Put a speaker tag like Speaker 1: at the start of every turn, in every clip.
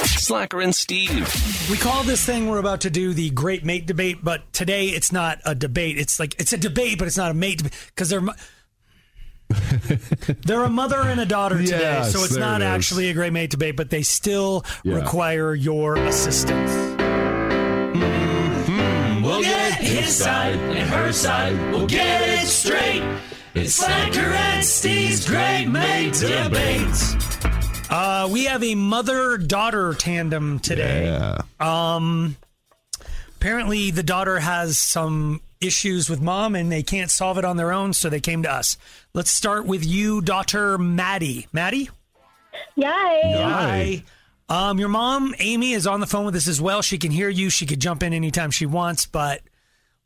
Speaker 1: Slacker and Steve.
Speaker 2: We call this thing we're about to do the great mate debate, but today it's not a debate. It's like it's a debate, but it's not a mate debate because they're mo- they're a mother and a daughter today,
Speaker 3: Yes,
Speaker 2: so it's
Speaker 3: there
Speaker 2: not
Speaker 3: it is.
Speaker 2: actually a great mate debate, but they still
Speaker 3: Yeah.
Speaker 2: require your assistance.
Speaker 1: Mm-hmm.
Speaker 2: We'll get his side and her side. We'll get it straight. It's Slacker and Steve's Great Mate Debate. Uh, we have a mother-daughter tandem today. Um,
Speaker 3: Yeah.
Speaker 2: apparently the daughter has some issues with mom and they can't solve it on their own so they came to us let's start with you daughter maddie maddie
Speaker 4: Yay!
Speaker 3: Hi.
Speaker 2: Hi. um your mom amy is on the phone with us as well she can hear you she could jump in anytime she wants but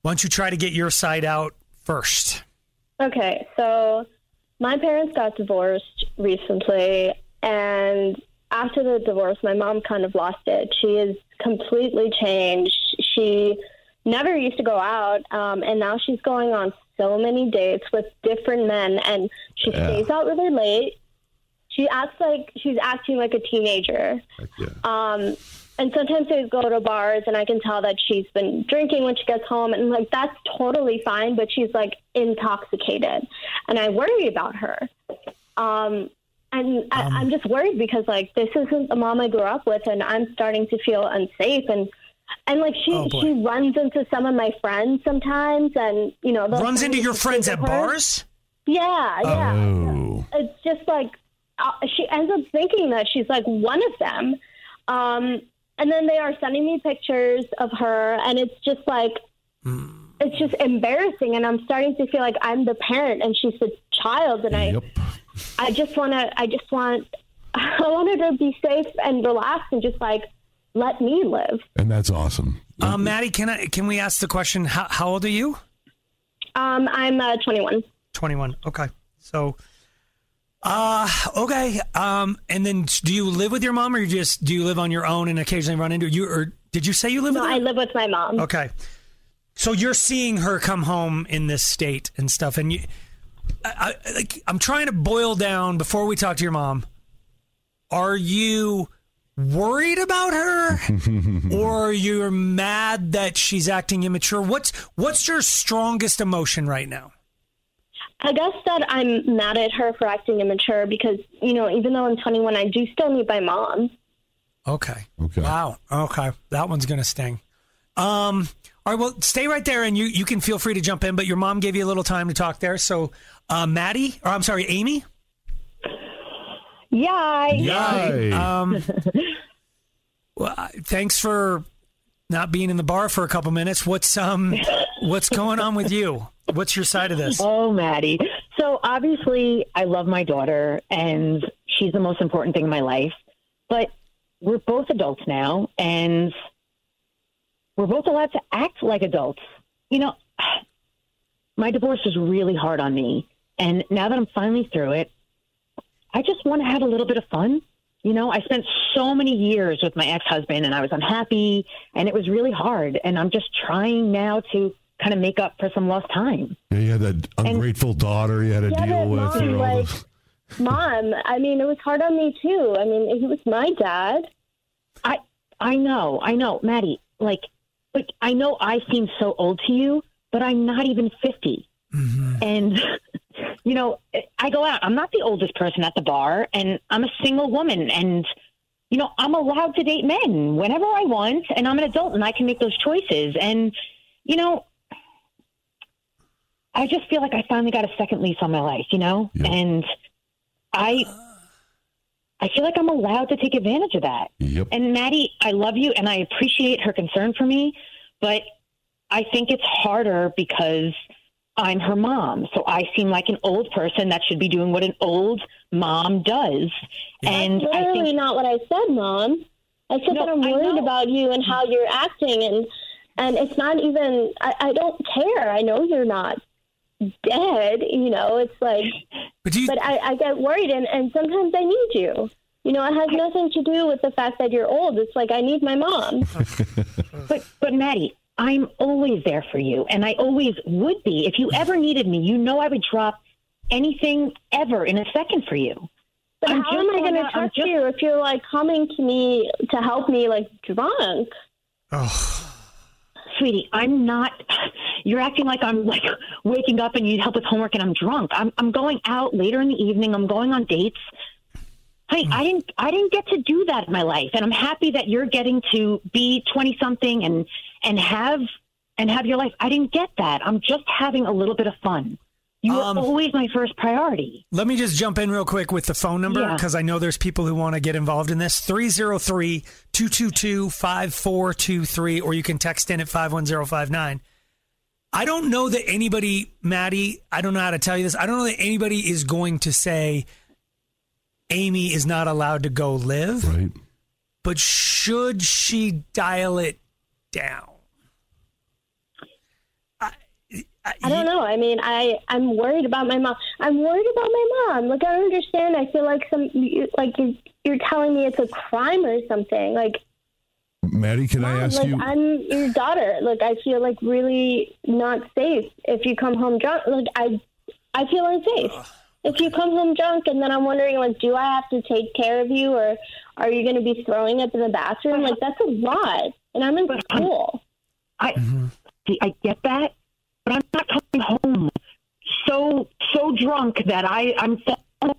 Speaker 2: why don't you try to get your side out first
Speaker 4: Okay, so my parents got divorced recently, and after the divorce, my mom kind of lost it. She has completely changed. She never used to go out, um, and now she's going on so many dates with different men, and she
Speaker 3: Yeah.
Speaker 4: stays out really late. She acts like she's acting like a teenager.
Speaker 3: Heck yeah.
Speaker 4: Um, and sometimes they go to bars, and I can tell that she's been drinking when she gets home, and like that's totally fine, but she's like intoxicated, and I worry about her. Um, and I,
Speaker 2: Um.
Speaker 4: I'm just worried because like this isn't the mom I grew up with, and I'm starting to feel unsafe and. And like she,
Speaker 2: Oh, boy.
Speaker 4: she runs into some of my friends sometimes, and you know, they'll
Speaker 2: runs
Speaker 4: tell
Speaker 2: into
Speaker 4: me
Speaker 2: your
Speaker 4: to
Speaker 2: friends
Speaker 4: stay
Speaker 2: at
Speaker 4: with her.
Speaker 2: bars
Speaker 4: Yeah, Uh, yeah
Speaker 3: Oh.
Speaker 4: it's just like uh, she ends up thinking that she's like one of them. Um, and then they are sending me pictures of her, and it's just like, it's just embarrassing. And I'm starting to feel like I'm the parent and she's the child, and
Speaker 3: Yep.
Speaker 4: I, I just want to, I just want, I want her to be safe and relaxed and just like let me live.
Speaker 3: And that's awesome.
Speaker 2: um maddie can i can we ask the question how, how old are you
Speaker 4: Um, I'm uh, 21.
Speaker 2: 21 okay so uh okay um and then do you live with your mom or you just do you live on your own and occasionally run into you or did you say you live
Speaker 4: No,
Speaker 2: with
Speaker 4: I
Speaker 2: her
Speaker 4: live with my mom.
Speaker 2: okay so you're seeing her come home in this state and stuff and you I, I, like, i'm trying to boil down before we talk to your mom are you worried about her or you're mad that she's acting immature what's what's your strongest emotion right now
Speaker 4: I guess that I'm mad at her for acting immature because, you know, even though I'm 21, I do still need my mom.
Speaker 2: Okay.
Speaker 3: Okay.
Speaker 2: Wow. Okay. That one's gonna sting. Um. All right. Well, stay right there, and you you can feel free to jump in. But your mom gave you a little time to talk there. So, uh, Maddie, or I'm sorry, Amy.
Speaker 4: Yay!
Speaker 3: Yay.
Speaker 2: Um. well, I- thanks for not being in the bar for a couple minutes. What's um What's going on with you? What's your side of this?
Speaker 5: Oh, Maddie. So obviously, I love my daughter, and she's the most important thing in my life. But we're both adults now, and we're both allowed to act like adults. You know, my divorce was really hard on me. And now that I'm finally through it, I just want to have a little bit of fun. You know, I spent so many years with my ex husband and I was unhappy and it was really hard. And I'm just trying now to kind of make up for some lost time.
Speaker 3: Yeah, you had that ungrateful daughter you had to
Speaker 4: Yeah, but
Speaker 3: deal with.
Speaker 4: mom,
Speaker 3: you know,
Speaker 4: like-
Speaker 3: this-
Speaker 4: Mom, I mean, it was hard on me too. I mean, he was my dad.
Speaker 5: I I know, I know, Maddie. Like, like I know I seem so old to you, but I'm not even 50 And you know, I go out. I'm not the oldest person at the bar, and I'm a single woman. And you know, I'm allowed to date men whenever I want, and I'm an adult, and I can make those choices. And you know, I just feel like I finally got a second lease on my life. You know,
Speaker 3: Yeah.
Speaker 5: and I. I feel like I'm allowed to take advantage of that.
Speaker 3: yep.
Speaker 5: And Maddie, I love you and I appreciate her concern for me, but I think it's harder because I'm her mom. So I seem like an old person that should be doing what an old mom does. And
Speaker 4: That's
Speaker 5: I
Speaker 4: literally
Speaker 5: think
Speaker 4: not what I said, Mom. I said
Speaker 5: No,
Speaker 4: that I'm
Speaker 5: I
Speaker 4: worried
Speaker 5: know.
Speaker 4: about you and how you're acting, and and it's not even. I, I don't care. I know you're not dead. You know, it's like,
Speaker 2: But do you?
Speaker 4: but I, I get worried, and and sometimes I need you. You know, it has nothing to do with the fact that you're old. It's like I need my mom.
Speaker 5: but but Maddie, I'm always there for you and I always would be. If you ever needed me, you know I would drop anything ever in a second for you.
Speaker 4: But
Speaker 5: I'm
Speaker 4: how
Speaker 5: just
Speaker 4: am I
Speaker 5: going
Speaker 4: going to
Speaker 5: out- I'm
Speaker 4: trust
Speaker 5: just-
Speaker 4: you if you're like coming to me to help me like drunk?
Speaker 2: Oh,
Speaker 5: sweetie, I'm not. You're acting like I'm like waking up and you need help with homework and I'm drunk. I'm I'm going out later in the evening. I'm going on dates. Honey, I didn't I didn't get to do that in my life, and I'm happy that you're getting to be 20 something and and have and have your life. I didn't get that. I'm just having a little bit of fun. You were
Speaker 2: Um,
Speaker 5: always my first priority.
Speaker 2: let me just jump in real quick with the phone number
Speaker 5: Yeah.
Speaker 2: because I know there's people who want to get involved in this 303 222 5423, or you can text in at 51059. I don't know that anybody, Maddie, I don't know how to tell you this. I don't know that anybody is going to say Amy is not allowed to go live.
Speaker 3: right?
Speaker 2: but should she dial it down? I,
Speaker 4: I don't know. I mean, I I'm worried about my mom. I'm worried about my mom. Like I don't understand. I feel like some you- like you- you're telling me it's a crime or something. Like
Speaker 3: Maddie, can I
Speaker 4: Mom,
Speaker 3: ask
Speaker 4: like
Speaker 3: you?
Speaker 4: I'm your daughter. Like I feel like really not safe if you come home drunk. Like I I feel unsafe. If you come home drunk and then I'm wondering like do I have to take care of you or are you going to be throwing up in the bathroom? Like that's a lot. And I'm in school.
Speaker 5: I see, I get that, but I'm not coming home so so drunk that I I'm, I'm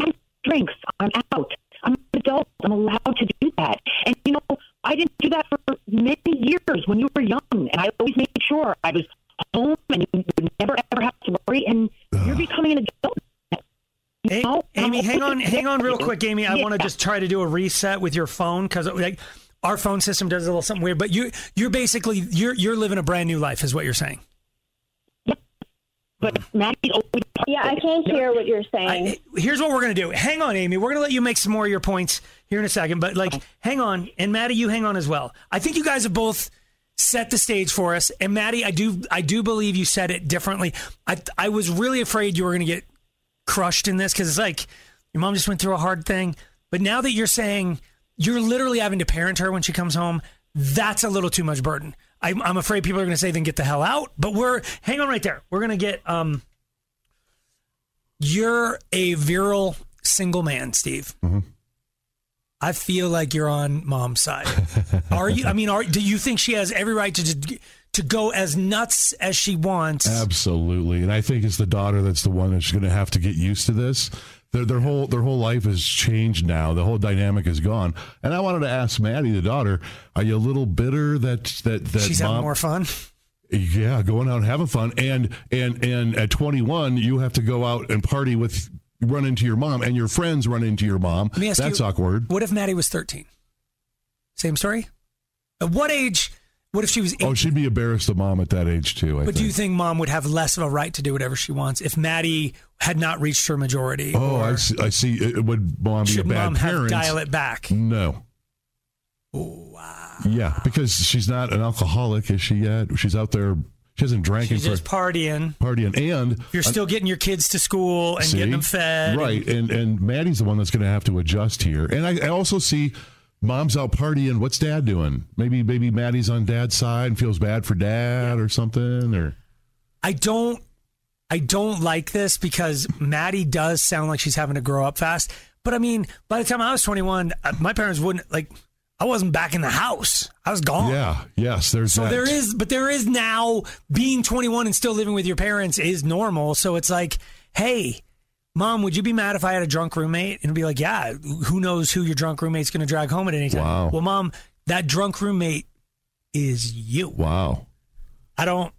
Speaker 5: having drinks. I'm out. I'm an adult. I'm allowed to do that. And you know, I didn't do that for many years when you were young, and I always made sure I was home and you would never ever have to worry. And you're becoming an adult.
Speaker 2: A-
Speaker 5: You know? And
Speaker 2: Amy,
Speaker 5: I'm
Speaker 2: hang on,
Speaker 5: always-
Speaker 2: hang on, real quick, Amy. I
Speaker 5: Um, Yeah.
Speaker 2: want to just try to do a reset with your phone because like our phone system does a little something weird. But you, you're basically you're you're living a brand new life, is what you're saying.
Speaker 5: But Maddie's always part
Speaker 4: Yeah,
Speaker 5: of
Speaker 4: I
Speaker 5: it.
Speaker 4: can't
Speaker 5: You know,
Speaker 4: hear what you're saying.
Speaker 2: I, here's what we're gonna do. Hang on, Amy. We're gonna let you make some more of your points here in a second. But like, hang on, and Maddie, you hang on as well. I think you guys have both set the stage for us. And Maddie, I do, I do believe you said it differently. I, I was really afraid you were gonna get crushed in this because it's like your mom just went through a hard thing. But now that you're saying you're literally having to parent her when she comes home, that's a little too much burden. I'm, I'm afraid people are gonna say, then get the hell out. But we're hang on right there. We're gonna get um. You're a virile single man, Steve.
Speaker 3: Mm-hmm.
Speaker 2: I feel like you're on mom's side. are you? I mean, are do you think she has every right to just, to go as nuts as she wants?
Speaker 3: Absolutely, and I think it's the daughter that's the one that's going to have to get used to this. Their, their whole their whole life has changed now. The whole dynamic is gone. And I wanted to ask Maddie, the daughter, are you a little bitter that that that
Speaker 2: She's having
Speaker 3: mom,
Speaker 2: more fun.
Speaker 3: Yeah, going out and having fun, and and and at 21, you have to go out and party with, run into your mom, and your friends run into your mom.
Speaker 2: Let me ask
Speaker 3: That's
Speaker 2: you-
Speaker 3: awkward.
Speaker 2: What if Maddie was 13? Same story. At what age? What if she was? 18?
Speaker 3: Oh, she'd be embarrassed of mom at that age too. I
Speaker 2: but
Speaker 3: think.
Speaker 2: do you think mom would have less of a right to do whatever she wants if Maddie had not reached her majority?
Speaker 3: oh,
Speaker 2: or
Speaker 3: I see. I see. It- it Would mom be a
Speaker 2: Should
Speaker 3: bad
Speaker 2: mom have
Speaker 3: parent?
Speaker 2: dial it back?
Speaker 3: No. wow. Yeah, because she's not an alcoholic, is she yet? She's out there. She hasn't drank
Speaker 2: She's
Speaker 3: and
Speaker 2: just partying.
Speaker 3: partying, and
Speaker 2: You're still getting your kids to school and
Speaker 3: See?
Speaker 2: getting them fed.
Speaker 3: Right. And and Maddie's the one that's going to have to adjust here. And I, I also see mom's out partying. What's dad doing? Maybe maybe Maddie's on dad's side and feels bad for dad or something. Or
Speaker 2: I don't I don't like this because Maddie does sound like she's having to grow up fast. But I mean, by the time I was 21, uh, my parents wouldn't like I wasn't back in the house. I was gone.
Speaker 3: yeah, yes. There's
Speaker 2: So
Speaker 3: that.
Speaker 2: there is but there is now being 21 and still living with your parents is normal. So it's like, "Hey, mom, would you be mad if I had a drunk roommate?" And it'd be like, "Yeah, who knows who your drunk roommate's going to drag home at any time."
Speaker 3: Wow.
Speaker 2: Well, mom, that drunk roommate is you.
Speaker 3: Wow.
Speaker 2: I don't.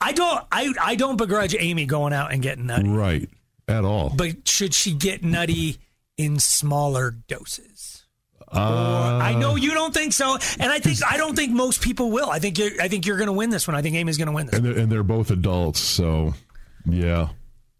Speaker 2: I don't. I I don't begrudge Amy going out and getting nutty,
Speaker 3: Right. At all.
Speaker 2: but should she get nutty in smaller doses?
Speaker 3: Uh,
Speaker 2: I know you don't think so, and I think I don't think most people will. I think you're, I think you're going to win this one. I think Amy's going to win this.
Speaker 3: and they're, and they're both adults. So yeah.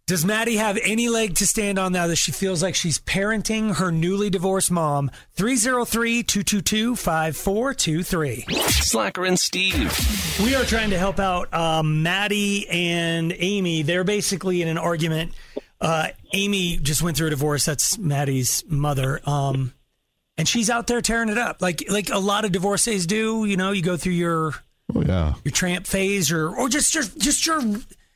Speaker 2: Does Maddie have any leg to stand on now that she feels like she's parenting her newly divorced mom? 303-222-5423.
Speaker 1: Slacker and Steve.
Speaker 2: We are trying to help out um, Maddie and Amy. They're basically in an argument. Uh, Amy just went through a divorce. That's Maddie's mother, um, and she's out there tearing it up, like like a lot of divorcees do. You know, you go through your
Speaker 3: Oh yeah.
Speaker 2: your tramp phase, or or just your just your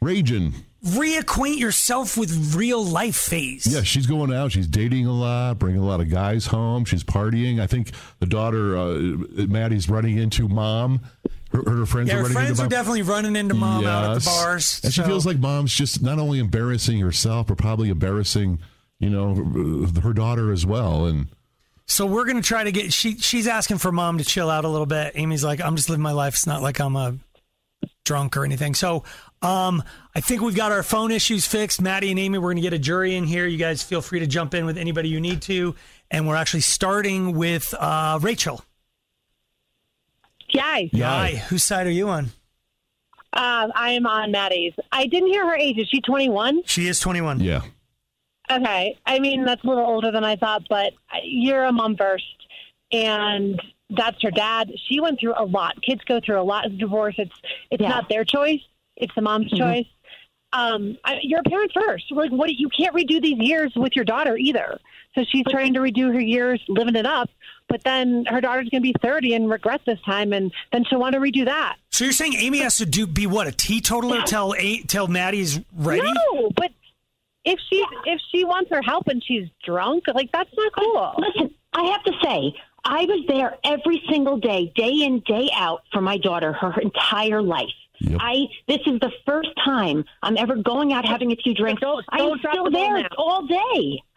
Speaker 3: Raging.
Speaker 2: reacquaint yourself with real life phase.
Speaker 3: Yeah, she's going out. She's dating a lot, bringing a lot of guys home. She's partying. I think the daughter, uh, Maddie's running into mom. Her, her friends
Speaker 2: Yeah,
Speaker 3: are
Speaker 2: her
Speaker 3: running
Speaker 2: friends
Speaker 3: into
Speaker 2: are
Speaker 3: mom.
Speaker 2: definitely running into mom out at
Speaker 3: Yes.
Speaker 2: the bars.
Speaker 3: And she
Speaker 2: so-
Speaker 3: feels like mom's just not only embarrassing herself, but probably embarrassing, you know, uh, her daughter as well. And
Speaker 2: So we're gonna try to get. She she's asking for mom to chill out a little bit. Amy's like, I'm just living my life. It's not like I'm a drunk or anything. So um, I think we've got our phone issues fixed. Maddie and Amy, we're gonna get a jury in here. You guys feel free to jump in with anybody you need to. And we're actually starting with uh, Rachel.
Speaker 6: Yay.
Speaker 2: Hi, whose side are you on?
Speaker 6: Um, I am on Maddie's. I didn't hear her age. Is she 21?
Speaker 2: She is 21.
Speaker 3: yeah,
Speaker 6: Okay. I mean, that's a little older than I thought, but you're a mom first. And that's her dad. She went through a lot. Kids go through a lot of divorce. It's it's
Speaker 5: Yeah.
Speaker 6: not their choice. It's the mom's choice. Um, I, you're a parent first. Like, what? You can't redo these years with your daughter either. So she's trying to redo her years, living it up. But then her daughter's going to be 30 and regret this time, and then she'll want to redo that.
Speaker 2: So you're saying Amy has to do be what a teetotaler till eight till Maddie's ready?
Speaker 6: No, but if she if she wants her help and she's drunk, like that's not cool.
Speaker 5: Listen, I have to say, I was there every single day, day in, day out for my daughter her entire life.
Speaker 3: Yep.
Speaker 5: I this is the first time I'm ever going out having a few drinks.
Speaker 6: Don't-
Speaker 5: I
Speaker 6: don't
Speaker 5: am
Speaker 6: drop
Speaker 5: still
Speaker 6: the ball
Speaker 5: there
Speaker 6: now.
Speaker 5: all day.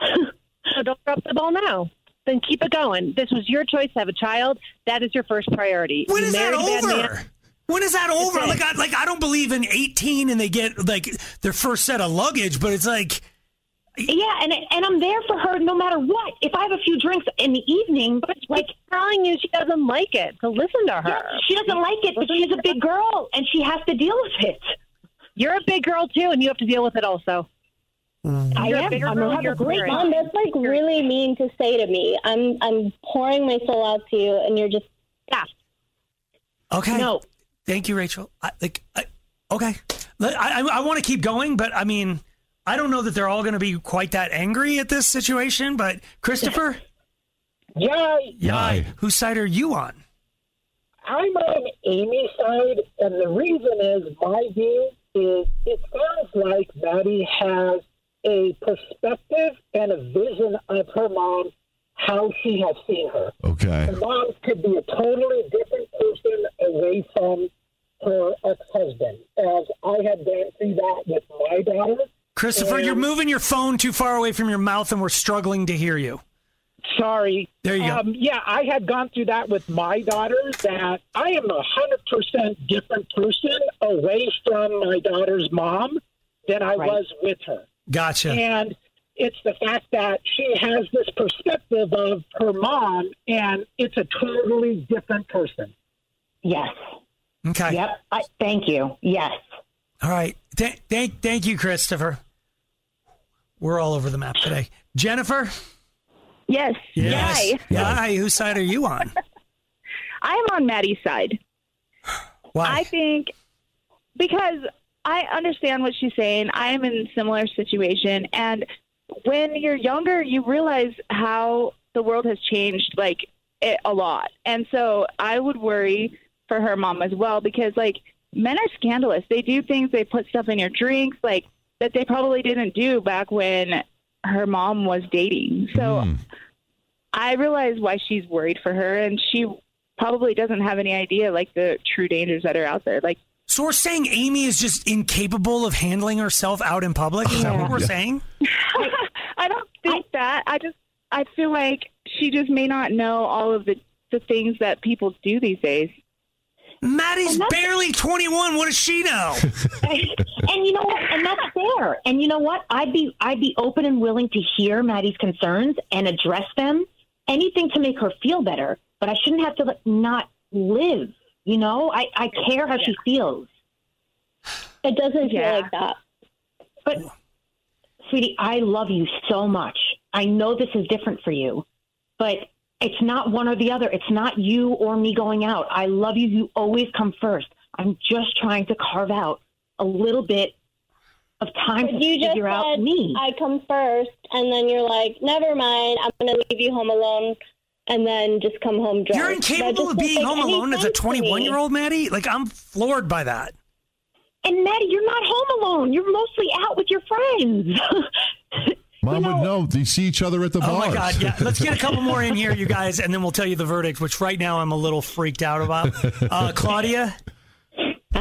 Speaker 6: So don't drop the ball now. Then keep it going. This was your choice to have a child. That is your first priority.
Speaker 2: When
Speaker 6: you
Speaker 2: is that
Speaker 6: married a bad man.
Speaker 2: over? When is that over?
Speaker 6: Okay.
Speaker 2: Like, I, like I don't believe in eighteen and they get like their first set of luggage, but it's like
Speaker 5: yeah, and and I'm there for her no matter what. If I have a few drinks in the evening,
Speaker 6: But she's
Speaker 5: like
Speaker 6: telling you she doesn't like it. So listen to her.
Speaker 5: yeah, she doesn't like it, but she's a big girl and she has to deal with it.
Speaker 6: You're a big girl too, and you have to deal with it also.
Speaker 5: I
Speaker 6: You're a
Speaker 5: am.
Speaker 6: bigger
Speaker 5: I'm
Speaker 6: girl,
Speaker 5: gonna have
Speaker 6: you're
Speaker 5: a great
Speaker 6: very-
Speaker 4: Mom,
Speaker 5: mom.
Speaker 4: that's like really mean to say to me. I'm I'm pouring my soul out to you, and you're just
Speaker 6: Yeah.
Speaker 2: okay,
Speaker 6: No.
Speaker 2: thank you, Rachel. I, like, I, okay, Let- I, I, I want to keep going, but I mean, I don't know that they're all going to be quite that angry at this situation. But Christopher,
Speaker 7: Yay!
Speaker 2: Yai,
Speaker 3: Yai.
Speaker 2: whose side are you on?
Speaker 7: I'm on Amy's side, and the reason is my view is it sounds like Maddie has a perspective and a vision of her mom, how she has seen her.
Speaker 3: okay.
Speaker 7: Her mom could be a totally different person away from her ex husband, as I have gone through that with my daughter.
Speaker 2: Christopher,
Speaker 5: Um,
Speaker 2: you're moving your phone too far away from your mouth, and we're struggling to hear you.
Speaker 7: Sorry.
Speaker 2: There you go.
Speaker 7: um, Yeah, I had gone through that with my daughter. That I am a hundred percent different person away from my daughter's mom than I
Speaker 5: Right.
Speaker 7: was with her,
Speaker 2: Gotcha.
Speaker 7: and it's the fact that she has this perspective of her mom, and it's a totally different person.
Speaker 5: Yes.
Speaker 2: okay.
Speaker 5: Yep. I, thank you. Yes.
Speaker 2: All right. Th- thank, thank you, Christopher. We're all over the map today. Jennifer,
Speaker 8: Yes.
Speaker 2: Yes.
Speaker 8: Yay.
Speaker 2: Yai, whose side are you on?
Speaker 8: I'm on Maddie's side. I
Speaker 2: Why?
Speaker 8: think because I understand what she's saying. I am in a similar situation and when you're younger you realize how the world has changed like it, a lot. And so I would worry for her mom as well because like men are scandalous. They do things, they put stuff in your drinks like that they probably didn't do back when her mom was dating. So
Speaker 3: Mm.
Speaker 8: I realize why she's worried for her, and she probably doesn't have any idea like the true dangers that are out there. Like,
Speaker 2: so we're saying Amy is just incapable of handling herself out in public? Is that what we're saying?
Speaker 8: I don't think that. I just I feel like she just may not know all of the the things that people do these days.
Speaker 2: Maddie's barely 21. What does she know?
Speaker 5: and you know what? And that's fair. And you know what? I'd be I'd be open and willing to hear Maddie's concerns and address them. Anything to make her feel better. But I shouldn't have to like, not live. You know, I, I care how she feels.
Speaker 4: it doesn't feel
Speaker 8: Yeah.
Speaker 4: like that.
Speaker 5: But sweetie, I love you so much. I know this is different for you, but it's not one or the other. It's not you or me going out. I love you. You always come first. I'm just trying to carve out a little bit of time to
Speaker 4: But you just
Speaker 5: figure out
Speaker 4: said
Speaker 5: me.
Speaker 4: I come first, and then you're like, never mind, I'm going to leave you home alone, and then just come home drunk.
Speaker 2: You're
Speaker 4: That
Speaker 2: incapable
Speaker 4: just
Speaker 2: of
Speaker 4: doesn't
Speaker 2: being
Speaker 4: make
Speaker 2: home
Speaker 4: any
Speaker 2: alone as a
Speaker 4: sense to me.
Speaker 2: 21 year old, Maddie? Like, I'm floored by that.
Speaker 5: And Maddie, you're not home alone. You're mostly out with your friends.
Speaker 3: Mom would know. They see each other at the
Speaker 2: Oh
Speaker 3: bars.
Speaker 2: my God! Yeah, let's get a couple more in here, you guys, and then we'll tell you the verdict. Which right now I'm a little freaked out about. Uh, Claudia,
Speaker 9: Uh,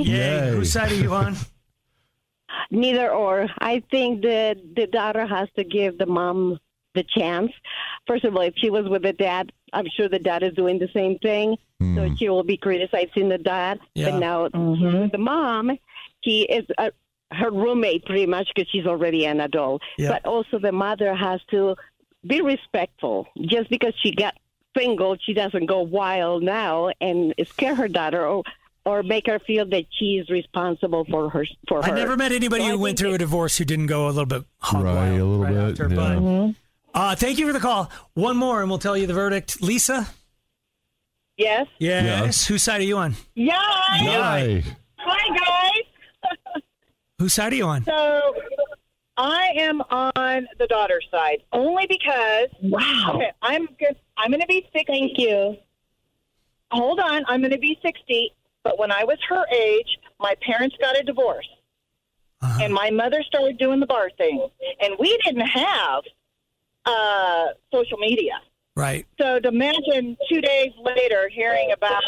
Speaker 2: yay.
Speaker 3: Yay.
Speaker 2: Whose side are you on?
Speaker 9: Neither or. I think that the daughter has to give the mom the chance. First of all, if she was with the dad, I'm sure the dad is doing the same thing. So she will be criticizing the dad.
Speaker 2: Mm. Yeah.
Speaker 9: But now
Speaker 5: Mhm.
Speaker 9: the mom, he is uh her roommate pretty much because she's already an adult.
Speaker 2: Yeah.
Speaker 9: But also the mother has to be respectful. Just because she got single, she doesn't go wild now and scare her daughter or or make her feel that she is responsible for her for
Speaker 2: I
Speaker 9: her.
Speaker 2: never met anybody
Speaker 9: So I
Speaker 2: who went
Speaker 9: think
Speaker 2: through a divorce who didn't go a little bit hog
Speaker 3: Right,
Speaker 2: wild
Speaker 3: a little
Speaker 2: right
Speaker 3: bit,
Speaker 2: After,
Speaker 3: yeah.
Speaker 2: but,
Speaker 9: Mm-hmm.
Speaker 5: Mhm.
Speaker 2: uh, thank you for the call. One more, and we'll tell you the verdict. Lisa,
Speaker 9: Yes.
Speaker 2: yes.
Speaker 3: Yes.
Speaker 2: Whose side are you on?
Speaker 10: Yeah.
Speaker 3: Yay.
Speaker 10: Hi, guys.
Speaker 2: Whose side are you on?
Speaker 10: So I am on the daughter's side only because
Speaker 5: Wow.
Speaker 10: okay, I'm good. I'm going to be 60. Thank you. Hold on, I'm going to be 60, but when I was her age, my parents got a divorce.
Speaker 2: Uh-huh.
Speaker 10: And my mother started doing the bar thing, and we didn't have uh, social media.
Speaker 2: Right.
Speaker 10: So to imagine two days later hearing about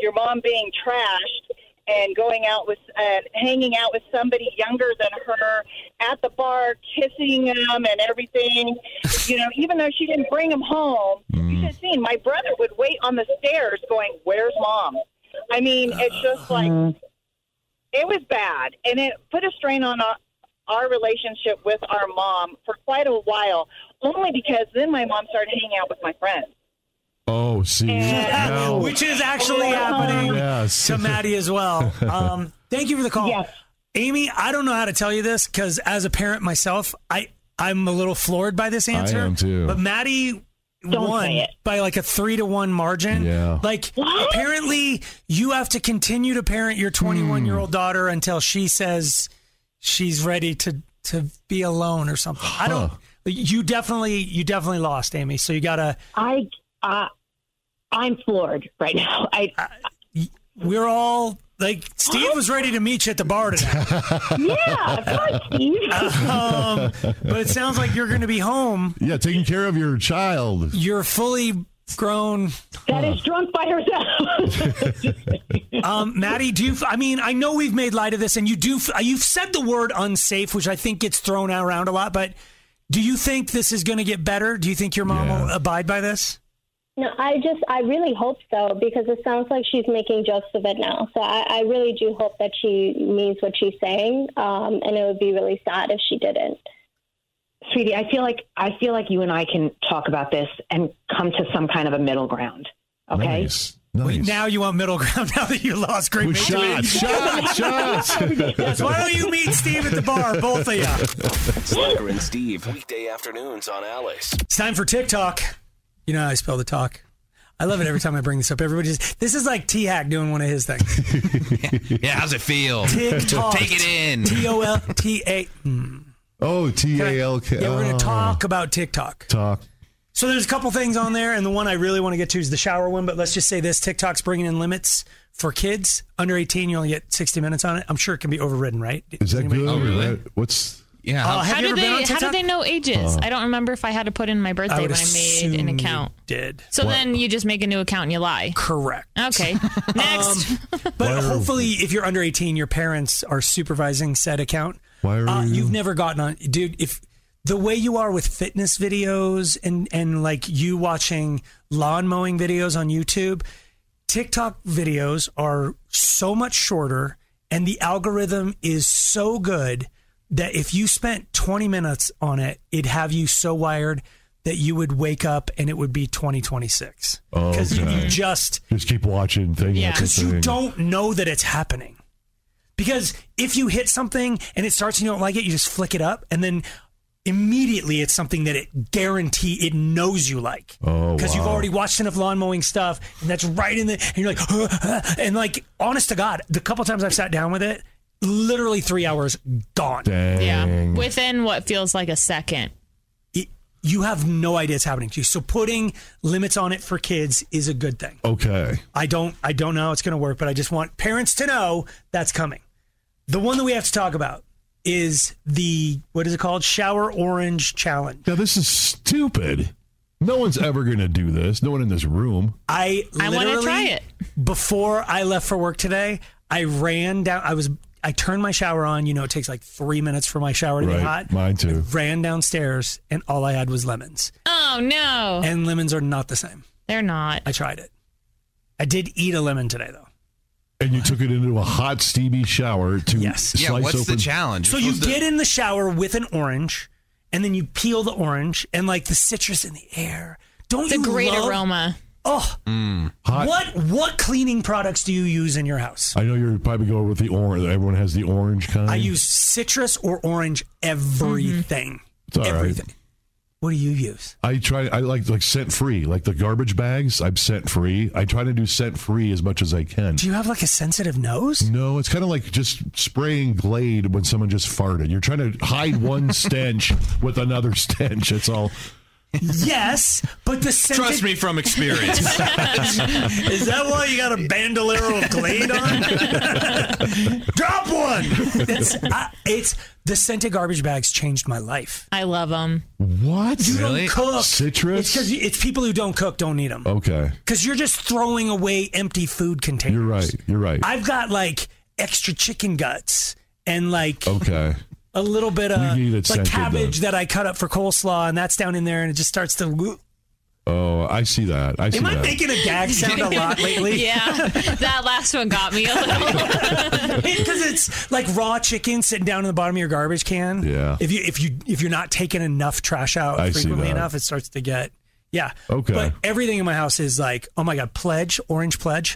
Speaker 10: your mom being trashed and going out with and hanging out with somebody younger than her at the bar, kissing them and everything. You know, even though she didn't bring him home, you should have seen my brother would wait on the stairs, going, "Where's mom?" I mean, it's just like it was bad, and it put a strain on our, our relationship with our mom for quite a while. Only because then my mom started hanging out with my friends.
Speaker 3: Oh, see. Now-
Speaker 2: Which is
Speaker 5: Oh,
Speaker 2: actually happening
Speaker 3: yes.
Speaker 2: to Maddie as well. Um, thank you for the call.
Speaker 5: Yes.
Speaker 2: Amy, I don't know how to tell you this because as a parent myself, I I'm a little floored by this answer.
Speaker 3: am too.
Speaker 2: But Maddie
Speaker 5: Don't
Speaker 2: won
Speaker 5: say it.
Speaker 2: by like a three to one margin.
Speaker 3: Yeah.
Speaker 2: Like
Speaker 5: What?
Speaker 2: apparently you have to continue to parent your 21 year
Speaker 3: Hmm.
Speaker 2: old daughter until she says she's ready to to be alone or something. I don't.
Speaker 3: Huh.
Speaker 2: You definitely you definitely lost, Amy. So you gotta.
Speaker 5: I uh, I'm floored right now. I
Speaker 2: We're all like Steve was ready to meet you at the bar tonight.
Speaker 5: yeah, God, Steve.
Speaker 2: um, but it sounds like you're going to be home.
Speaker 3: Yeah, taking care of your child.
Speaker 2: You're fully grown.
Speaker 5: that is drunk by herself.
Speaker 2: Um, Maddie, do you? f- I mean, I know we've made light of this, and you do. f- You've said the word unsafe, which I think gets thrown around a lot. But do you think this is going to get better? Do you think your mom
Speaker 3: Yeah.
Speaker 2: will abide by this?
Speaker 4: No, I just, I really hope so because it sounds like she's making jokes of it now. So I, I really do hope that she means what she's saying. Um, and it would be really sad if she didn't.
Speaker 5: Sweetie, I feel like I feel like you and I can talk about this and come to some kind of a middle ground. Okay.
Speaker 3: Nice. Nice.
Speaker 2: Now you want middle ground. Now that you lost, great.
Speaker 3: With
Speaker 2: Big
Speaker 3: shots,
Speaker 2: Debate.
Speaker 3: shots, shots.
Speaker 2: Yes, why don't you meet Steve at the bar, both of you?
Speaker 1: Slacker and Steve, weekday afternoons on Alice.
Speaker 2: It's time for TikTok. You know how I spell the talk. I love it every time I bring this up. Everybody just this is like T Hack doing one of his things.
Speaker 11: Yeah, how's it feel?
Speaker 2: TikTok.
Speaker 11: Take it in.
Speaker 2: T O L T A. Mm.
Speaker 3: Oh, T A L K.
Speaker 2: Yeah, we're going
Speaker 3: oh.
Speaker 2: to talk about TikTok.
Speaker 3: Talk.
Speaker 2: So there's a couple things on there, and the one I really want to get to is the shower one. But let's just say this: TikTok's bringing in limits for kids under 18. You only get 60 minutes on it. I'm sure it can be overridden, right?
Speaker 3: Is that good?
Speaker 11: Oh, really?
Speaker 3: That- What's
Speaker 11: Yeah.
Speaker 2: Uh,
Speaker 11: how-
Speaker 2: have
Speaker 12: How do
Speaker 2: you ever been on
Speaker 12: they? How
Speaker 2: TikTok? Oh.
Speaker 12: do they know ages? I don't remember if I had to put in my birthday
Speaker 2: would
Speaker 12: when I
Speaker 2: assume
Speaker 12: made an
Speaker 2: you
Speaker 12: account.
Speaker 2: Did
Speaker 12: So then you just make a new account and you lie.
Speaker 2: correct.
Speaker 12: Okay. Next.
Speaker 2: But
Speaker 3: Why are-
Speaker 2: hopefully, if you're under 18, your parents are supervising said account.
Speaker 3: Why are
Speaker 2: uh,
Speaker 3: you-
Speaker 2: You've never gotten on, dude. If the way you are with fitness videos and and like you watching lawn mowing videos on YouTube, TikTok videos are so much shorter, and the algorithm is so good that if you spent 20 minutes on it, it'd have you so wired that you would wake up and it would be 2026 because you,
Speaker 3: Okay.
Speaker 2: you just
Speaker 3: just keep watching thing
Speaker 12: Yeah.
Speaker 3: after
Speaker 2: because you
Speaker 3: thing.
Speaker 2: don't know that it's happening. Because if you hit something and it starts and you don't like it, you just flick it up, and then immediately it's something that it guarantee it knows you like.
Speaker 3: Oh,
Speaker 2: because you've
Speaker 3: wow.
Speaker 2: already watched enough lawn mowing stuff, and that's right in the. And you're like, and like, honest to God, the couple times I've sat down with it, literally three hours gone.
Speaker 3: Dang.
Speaker 12: yeah. Within what feels like a second.
Speaker 2: It, you have no idea it's happening to you. So putting limits on it for kids is a good thing.
Speaker 3: Okay.
Speaker 2: I don't I don't know how it's going to work, but I just want parents to know that's coming. The one that we have to talk about is the what is it called? Shower orange challenge.
Speaker 3: Now this is stupid. No one's ever going to do this. No one in this room.
Speaker 2: I
Speaker 12: I wanna
Speaker 2: literally-
Speaker 12: try it.
Speaker 2: Before I left for work today, I ran down. I was I turned my shower on. You know, it takes like three minutes for my shower to
Speaker 3: Right.
Speaker 2: be hot.
Speaker 3: Mine too.
Speaker 2: Ran downstairs and all I had was lemons.
Speaker 12: Oh no,
Speaker 2: And lemons are not the same.
Speaker 12: they're not.
Speaker 2: I tried it. I did eat a lemon today though.
Speaker 3: And you took it into a hot steamy shower to
Speaker 2: Yes.
Speaker 11: Yeah,
Speaker 3: slice
Speaker 11: what's
Speaker 3: open.
Speaker 11: the challenge?
Speaker 2: So
Speaker 11: You're
Speaker 2: you
Speaker 11: supposed to-
Speaker 2: get in the shower with an orange, and then you peel the orange, and like the citrus in the air. Don't
Speaker 12: The
Speaker 2: you
Speaker 12: great
Speaker 2: love-
Speaker 12: aroma.
Speaker 2: Oh,
Speaker 11: Mm.
Speaker 3: Hot.
Speaker 2: what what cleaning products do you use in your house?
Speaker 3: I know you're probably going with the orange. Everyone has the orange kind.
Speaker 2: I use citrus or orange
Speaker 12: Mm-hmm.
Speaker 2: everything.
Speaker 3: It's all right.
Speaker 2: everything. What do you use?
Speaker 3: I try. I like like scent free, like the garbage bags. I'm scent free. I try to do scent free as much as I can.
Speaker 2: Do you have like a sensitive nose?
Speaker 3: No, it's kind of like just spraying Glade when someone just farted. You're trying to hide one stench with another stench. It's all.
Speaker 2: yes, but the scented,
Speaker 11: Trust me from experience.
Speaker 2: Is that why you got a bandolero of Glade on? Drop one. It's, I it's the scented garbage bags changed my life.
Speaker 12: I love them.
Speaker 3: What?
Speaker 2: You
Speaker 11: Really?
Speaker 2: don't cook
Speaker 3: Citrus?
Speaker 2: It's because it's people who don't cook don't eat them.
Speaker 3: Okay.
Speaker 2: Because you're just throwing away empty food containers.
Speaker 3: You're right. You're right.
Speaker 2: I've got like extra chicken guts and like
Speaker 3: Okay.
Speaker 2: a little bit of
Speaker 3: You need it
Speaker 2: like
Speaker 3: scented,
Speaker 2: cabbage
Speaker 3: though.
Speaker 2: that I cut up for coleslaw, and that's down in there, and it just starts to.
Speaker 3: Oh, I see that. I see
Speaker 2: Am I
Speaker 3: that.
Speaker 2: making a gag sound a lot lately?
Speaker 12: Yeah, that last one got me a little.
Speaker 2: because it's like raw chicken sitting down in the bottom of your garbage can.
Speaker 3: Yeah.
Speaker 2: If you if you if you're not taking enough trash out
Speaker 3: I see
Speaker 2: frequently
Speaker 3: that.
Speaker 2: enough, it starts to get yeah.
Speaker 3: Okay.
Speaker 2: But everything in my house is like, oh my god, pledge orange pledge.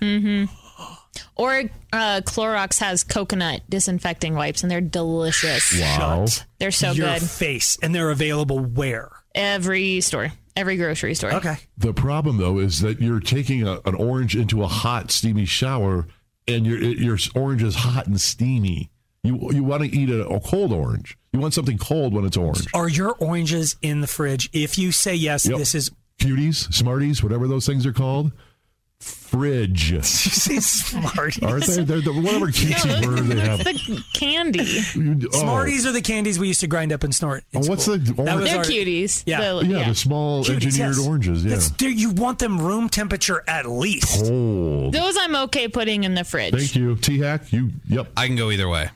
Speaker 12: or uh, Clorox has coconut disinfecting wipes, and they're delicious.
Speaker 3: wow.
Speaker 12: They're so
Speaker 2: your
Speaker 12: good.
Speaker 2: face, and they're available where?
Speaker 12: Every store, every grocery store.
Speaker 2: Okay.
Speaker 3: The problem though is that you're taking a, an orange into a hot steamy shower, and your it- your orange is hot and steamy. You you want to eat a, a cold orange. You want something cold when it's orange.
Speaker 2: Are your oranges in the fridge? If you say yes,
Speaker 3: Yep.
Speaker 2: this is.
Speaker 3: Cuties, Smarties, whatever those things are called, fridge.
Speaker 2: You say Smarties.
Speaker 3: Aren't they? They're the, whatever cutesy
Speaker 12: No,
Speaker 3: word they
Speaker 12: that's
Speaker 3: have.
Speaker 12: the candy.
Speaker 3: You- oh.
Speaker 2: Smarties are the candies we used to grind up and snort. in
Speaker 3: Oh, what's
Speaker 2: school.
Speaker 3: the
Speaker 2: That
Speaker 3: orange-
Speaker 2: was
Speaker 12: They're
Speaker 2: our-
Speaker 12: cuties.
Speaker 2: Yeah.
Speaker 12: The-
Speaker 3: Yeah, the small
Speaker 2: Cuties,
Speaker 3: engineered
Speaker 2: yes.
Speaker 3: oranges. Yeah,
Speaker 2: That's- there- you want them room temperature at least.
Speaker 3: cold.
Speaker 12: Those I'm okay putting in the fridge.
Speaker 3: Thank you, T Hack. You yep.
Speaker 11: I can go either way.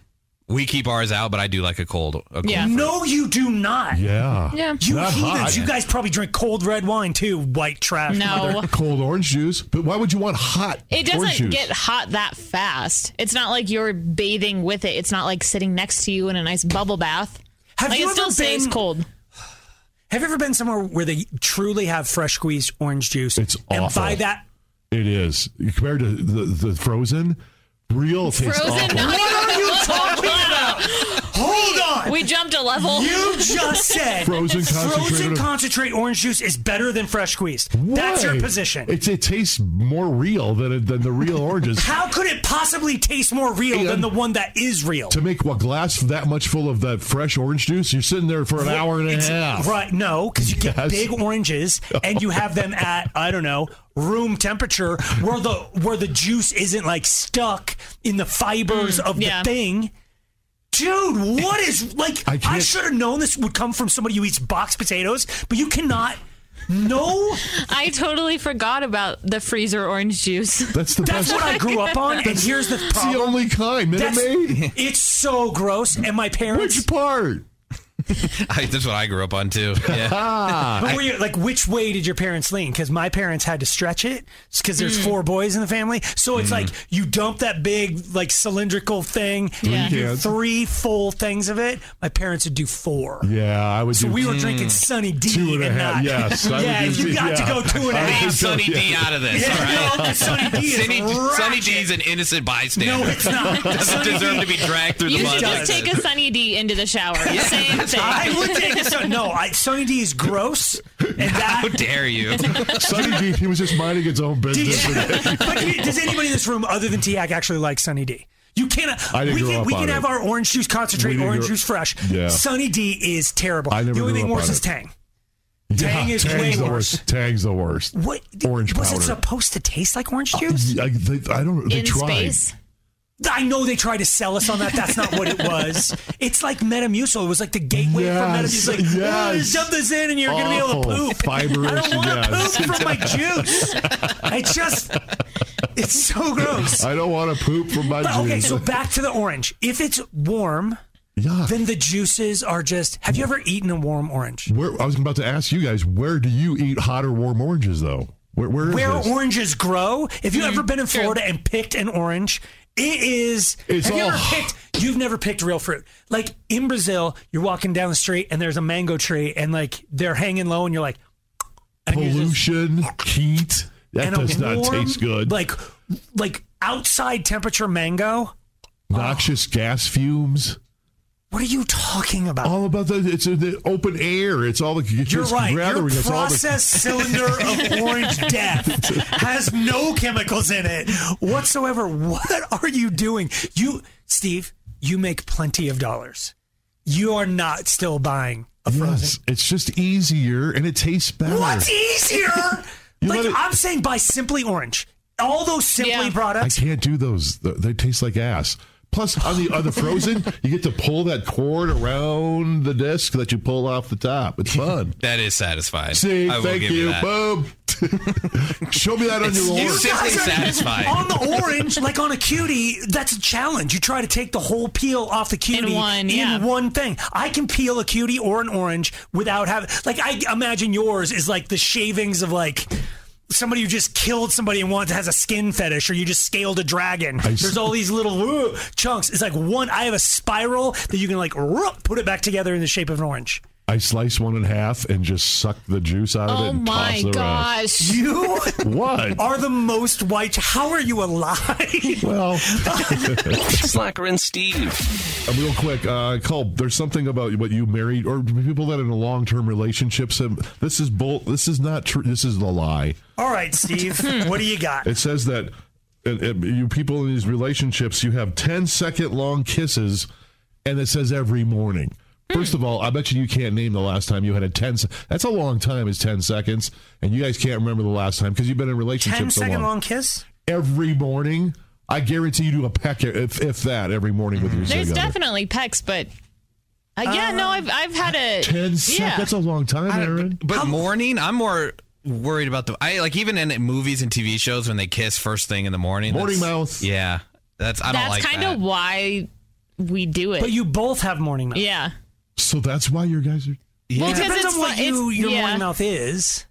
Speaker 11: We keep ours out, but I do like a cold. A cold
Speaker 12: Yeah.
Speaker 2: No, you do not.
Speaker 3: Yeah.
Speaker 12: Yeah.
Speaker 2: You
Speaker 3: Not
Speaker 2: heathens.
Speaker 3: hot.
Speaker 2: You guys probably drink cold red wine too. White trash. mother.
Speaker 12: No.
Speaker 3: Cold orange juice, but why would you want hot?
Speaker 12: It
Speaker 3: orange
Speaker 12: doesn't
Speaker 3: juice?
Speaker 12: get hot that fast. It's not like you're bathing with it. It's not like sitting next to you in a nice bubble bath.
Speaker 2: Have
Speaker 12: like
Speaker 2: you
Speaker 12: it
Speaker 2: ever
Speaker 12: still stays
Speaker 2: been-
Speaker 12: cold.
Speaker 2: Have you ever been somewhere where they truly have fresh squeezed orange juice?
Speaker 3: It's
Speaker 2: And
Speaker 3: awful.
Speaker 2: by that,
Speaker 3: It is compared to the, the frozen, real tastes
Speaker 12: Frozen.
Speaker 3: awful.
Speaker 12: not-
Speaker 2: what are you talking about? Hold on.
Speaker 12: We jumped a level.
Speaker 2: you just said
Speaker 3: Frozen
Speaker 2: frozen
Speaker 3: concentrated-
Speaker 2: concentrate orange juice is better than fresh squeezed. That's
Speaker 3: Why?
Speaker 2: your position.
Speaker 3: It's, it tastes more real than it, than the real oranges.
Speaker 2: How could it possibly taste more real than
Speaker 3: And-
Speaker 2: the one that is real?
Speaker 3: to make a glass that much full of that fresh orange juice, you're sitting there for an hour and a
Speaker 2: It's-
Speaker 3: half.
Speaker 2: Right, no, because you get
Speaker 3: Yes.
Speaker 2: big oranges and you have them at I don't know room temperature where the where the juice isn't like stuck in the fibers of
Speaker 12: yeah.
Speaker 2: the thing. Dude, what is like?
Speaker 3: I
Speaker 2: I,
Speaker 3: can't-
Speaker 2: should have known this would come from somebody who eats boxed potatoes, but you cannot. No,
Speaker 12: I totally forgot about the freezer orange juice.
Speaker 3: That's the
Speaker 2: that's
Speaker 3: best.
Speaker 2: what I grew up on, and here's the
Speaker 3: It's the
Speaker 2: problem.
Speaker 3: only kind. Minute
Speaker 2: That's,
Speaker 3: Maid.
Speaker 2: it's so gross, and my parents.
Speaker 3: Which part?
Speaker 11: I, that's what I grew up on too. Yeah.
Speaker 2: But were you like which way did your parents lean? Because my parents had to stretch it because there's
Speaker 11: Mm.
Speaker 2: four boys in the family, so it's
Speaker 3: Mm.
Speaker 2: like you dump that big like cylindrical thing,
Speaker 12: Yeah.
Speaker 2: you do
Speaker 3: cans.
Speaker 2: three full things of it. My parents would do four.
Speaker 3: Yeah, I would
Speaker 2: So
Speaker 3: do Mm.
Speaker 2: we were drinking Sunny D
Speaker 3: two and a half.
Speaker 2: not,
Speaker 3: Yes, I would
Speaker 2: yeah,
Speaker 3: do-
Speaker 2: you got
Speaker 3: yeah.
Speaker 2: to go two and a
Speaker 3: I would
Speaker 2: half.
Speaker 3: do-
Speaker 11: Sunny D
Speaker 3: yeah.
Speaker 11: out of this. All
Speaker 2: Yeah,
Speaker 11: right.
Speaker 2: no, 'cause Sunny D is
Speaker 11: Sunny, Sunny
Speaker 2: ratchet.
Speaker 11: D's an innocent bystander.
Speaker 2: No, it's not.
Speaker 11: Doesn't
Speaker 2: Sunny
Speaker 11: deserve
Speaker 2: D-
Speaker 11: to be dragged through
Speaker 12: You
Speaker 11: the
Speaker 12: should
Speaker 11: mud.
Speaker 12: just
Speaker 11: like
Speaker 12: take a
Speaker 11: this.
Speaker 12: sunny D into the shower. Same thing.
Speaker 2: I would take Sun- no. I, Sunny D is gross, and
Speaker 11: How
Speaker 2: that
Speaker 11: dare you?
Speaker 3: Sunny D. He was just minding his own business.
Speaker 2: but do- does anybody in this room other than Tiak actually like Sunny D? You cannot.
Speaker 3: I didn't
Speaker 2: we
Speaker 3: grow
Speaker 2: can,
Speaker 3: up
Speaker 2: we
Speaker 3: on
Speaker 2: can
Speaker 3: it.
Speaker 2: have our orange juice
Speaker 3: We
Speaker 2: concentrate,
Speaker 3: didn't
Speaker 2: orange
Speaker 3: grow-
Speaker 2: juice fresh.
Speaker 3: Yeah.
Speaker 2: Sunny D is terrible.
Speaker 3: I never
Speaker 2: the only
Speaker 3: grew
Speaker 2: thing
Speaker 3: up
Speaker 2: worse
Speaker 3: on
Speaker 2: is
Speaker 3: it.
Speaker 2: Tang.
Speaker 3: Yeah,
Speaker 2: Tang is
Speaker 3: Tang's
Speaker 2: way
Speaker 3: the
Speaker 2: worse.
Speaker 3: Tang's the worst.
Speaker 2: What
Speaker 3: Orange
Speaker 2: was it
Speaker 3: powder.
Speaker 2: supposed to taste like orange juice?
Speaker 3: I, they, I don't. They
Speaker 12: in
Speaker 3: tried.
Speaker 12: space.
Speaker 2: I know they tried to sell us on that. That's not what it was. It's like Metamucil. It was like the gateway for
Speaker 3: Yes,
Speaker 2: Metamucil. It's Like, "Oh,
Speaker 3: yes.
Speaker 2: Jump this in and you're going to be able to
Speaker 3: Awful.
Speaker 2: poop.
Speaker 3: Fiber
Speaker 2: I don't
Speaker 3: issue,
Speaker 2: want to
Speaker 3: yes.
Speaker 2: poop from my juice. I just, it's so gross.
Speaker 3: I don't want to poop from my
Speaker 2: But, okay,
Speaker 3: jeans.
Speaker 2: so back to the orange. If it's warm, then the juices are just. Have you ever eaten a warm orange?
Speaker 3: Where, I was about to ask you guys, where do you eat hot or warm oranges, though? Where, where is
Speaker 2: Where
Speaker 3: this?
Speaker 2: oranges grow? If
Speaker 3: Mm-hmm.
Speaker 2: you've ever been in Florida and picked an orange, it is.
Speaker 3: It's
Speaker 2: have you ever
Speaker 3: all-
Speaker 2: picked? You've never picked real fruit. Like in Brazil, you're walking down the street and there's a mango tree and like they're hanging low and you're like,
Speaker 3: Pollution, heat. That
Speaker 2: and a
Speaker 3: does not
Speaker 2: warm,
Speaker 3: taste good.
Speaker 2: Like, like outside temperature mango. oh.
Speaker 3: Noxious gas fumes.
Speaker 2: What are you talking about?
Speaker 3: All about the it's uh, the open air. It's all the it's
Speaker 2: You're
Speaker 3: just
Speaker 2: right. Your
Speaker 3: Gathering. It's all the-
Speaker 2: process cylinder of orange death has no chemicals in it whatsoever. What are you doing? You, Steve, you make plenty of dollars. You are not still buying a frozen.
Speaker 3: Yes, it's just easier and it tastes better.
Speaker 2: What's easier?
Speaker 3: You
Speaker 2: like
Speaker 3: let it-
Speaker 2: I'm saying, buy Simply Orange. All those Simply
Speaker 3: I
Speaker 2: products.
Speaker 3: can't do those. Th- They taste like ass. Plus, on the on the frozen, you get to pull that cord around the disc that you pull off the top. It's fun.
Speaker 11: That is satisfied.
Speaker 3: See,
Speaker 11: I will
Speaker 3: thank
Speaker 11: give
Speaker 3: you.
Speaker 11: that.
Speaker 3: Boom. Show me that on
Speaker 11: It's-
Speaker 3: your
Speaker 11: you
Speaker 3: orange.
Speaker 11: simply
Speaker 2: guys are-
Speaker 11: satisfied.
Speaker 2: On the orange, like on a cutie, that's a challenge. You try to take the whole peel off the cutie
Speaker 12: one, yeah.
Speaker 2: one thing. I can peel a cutie or an orange without having. Like I imagine yours is like the shavings of like. Somebody who just killed somebody and wants has a skin fetish, or you just scaled a dragon.
Speaker 3: I s-
Speaker 2: There's all these little ooh, chunks. It's like one. I have a spiral that you can like rup, put it back together in the shape of an orange.
Speaker 3: I slice one in half and just suck the juice out of it
Speaker 12: Oh
Speaker 3: and
Speaker 12: my
Speaker 3: toss the
Speaker 12: gosh.
Speaker 2: You
Speaker 3: rest. What?
Speaker 2: are the most white. How are you alive?
Speaker 3: Well,
Speaker 1: Slacker and Steve.
Speaker 3: uh, real quick, uh, Cole, there's something about what you married or people that are in a long-term relationship. Some this is bull. This is not true. This is a lie.
Speaker 2: All right, Steve,
Speaker 12: Hmm.
Speaker 2: what do you got?
Speaker 3: It says that it, it- you people in these relationships, you have 10 second long kisses, and it says every morning. First of all, I bet you you can't name the last time you had a 10. se- That's a long time, is 10 seconds. And you guys can't remember the last time because you've been in
Speaker 2: Ten
Speaker 3: relationships so
Speaker 2: second
Speaker 3: long.
Speaker 2: long kiss?
Speaker 3: Every morning, I guarantee you do a peck, if, if that, every morning with your
Speaker 12: There's
Speaker 3: significant other.
Speaker 12: definitely pecs, but uh, yeah, no, I've I've had a
Speaker 3: 10 seconds.
Speaker 12: yeah.
Speaker 3: That's a long time, Aaron.
Speaker 11: But morning, I'm more worried about the. I like even in movies and TV shows when they kiss first thing in the morning.
Speaker 3: Morning
Speaker 11: that's-
Speaker 3: mouth.
Speaker 11: Yeah, that's I don't
Speaker 12: That's
Speaker 11: like
Speaker 12: kind
Speaker 11: that.
Speaker 12: of why we do it.
Speaker 2: But you both have morning mouth.
Speaker 12: yeah.
Speaker 3: So that's why your guys are.
Speaker 12: Well,
Speaker 2: It depends on what
Speaker 12: fun-
Speaker 2: you, your
Speaker 12: yeah.
Speaker 2: morning mouth is.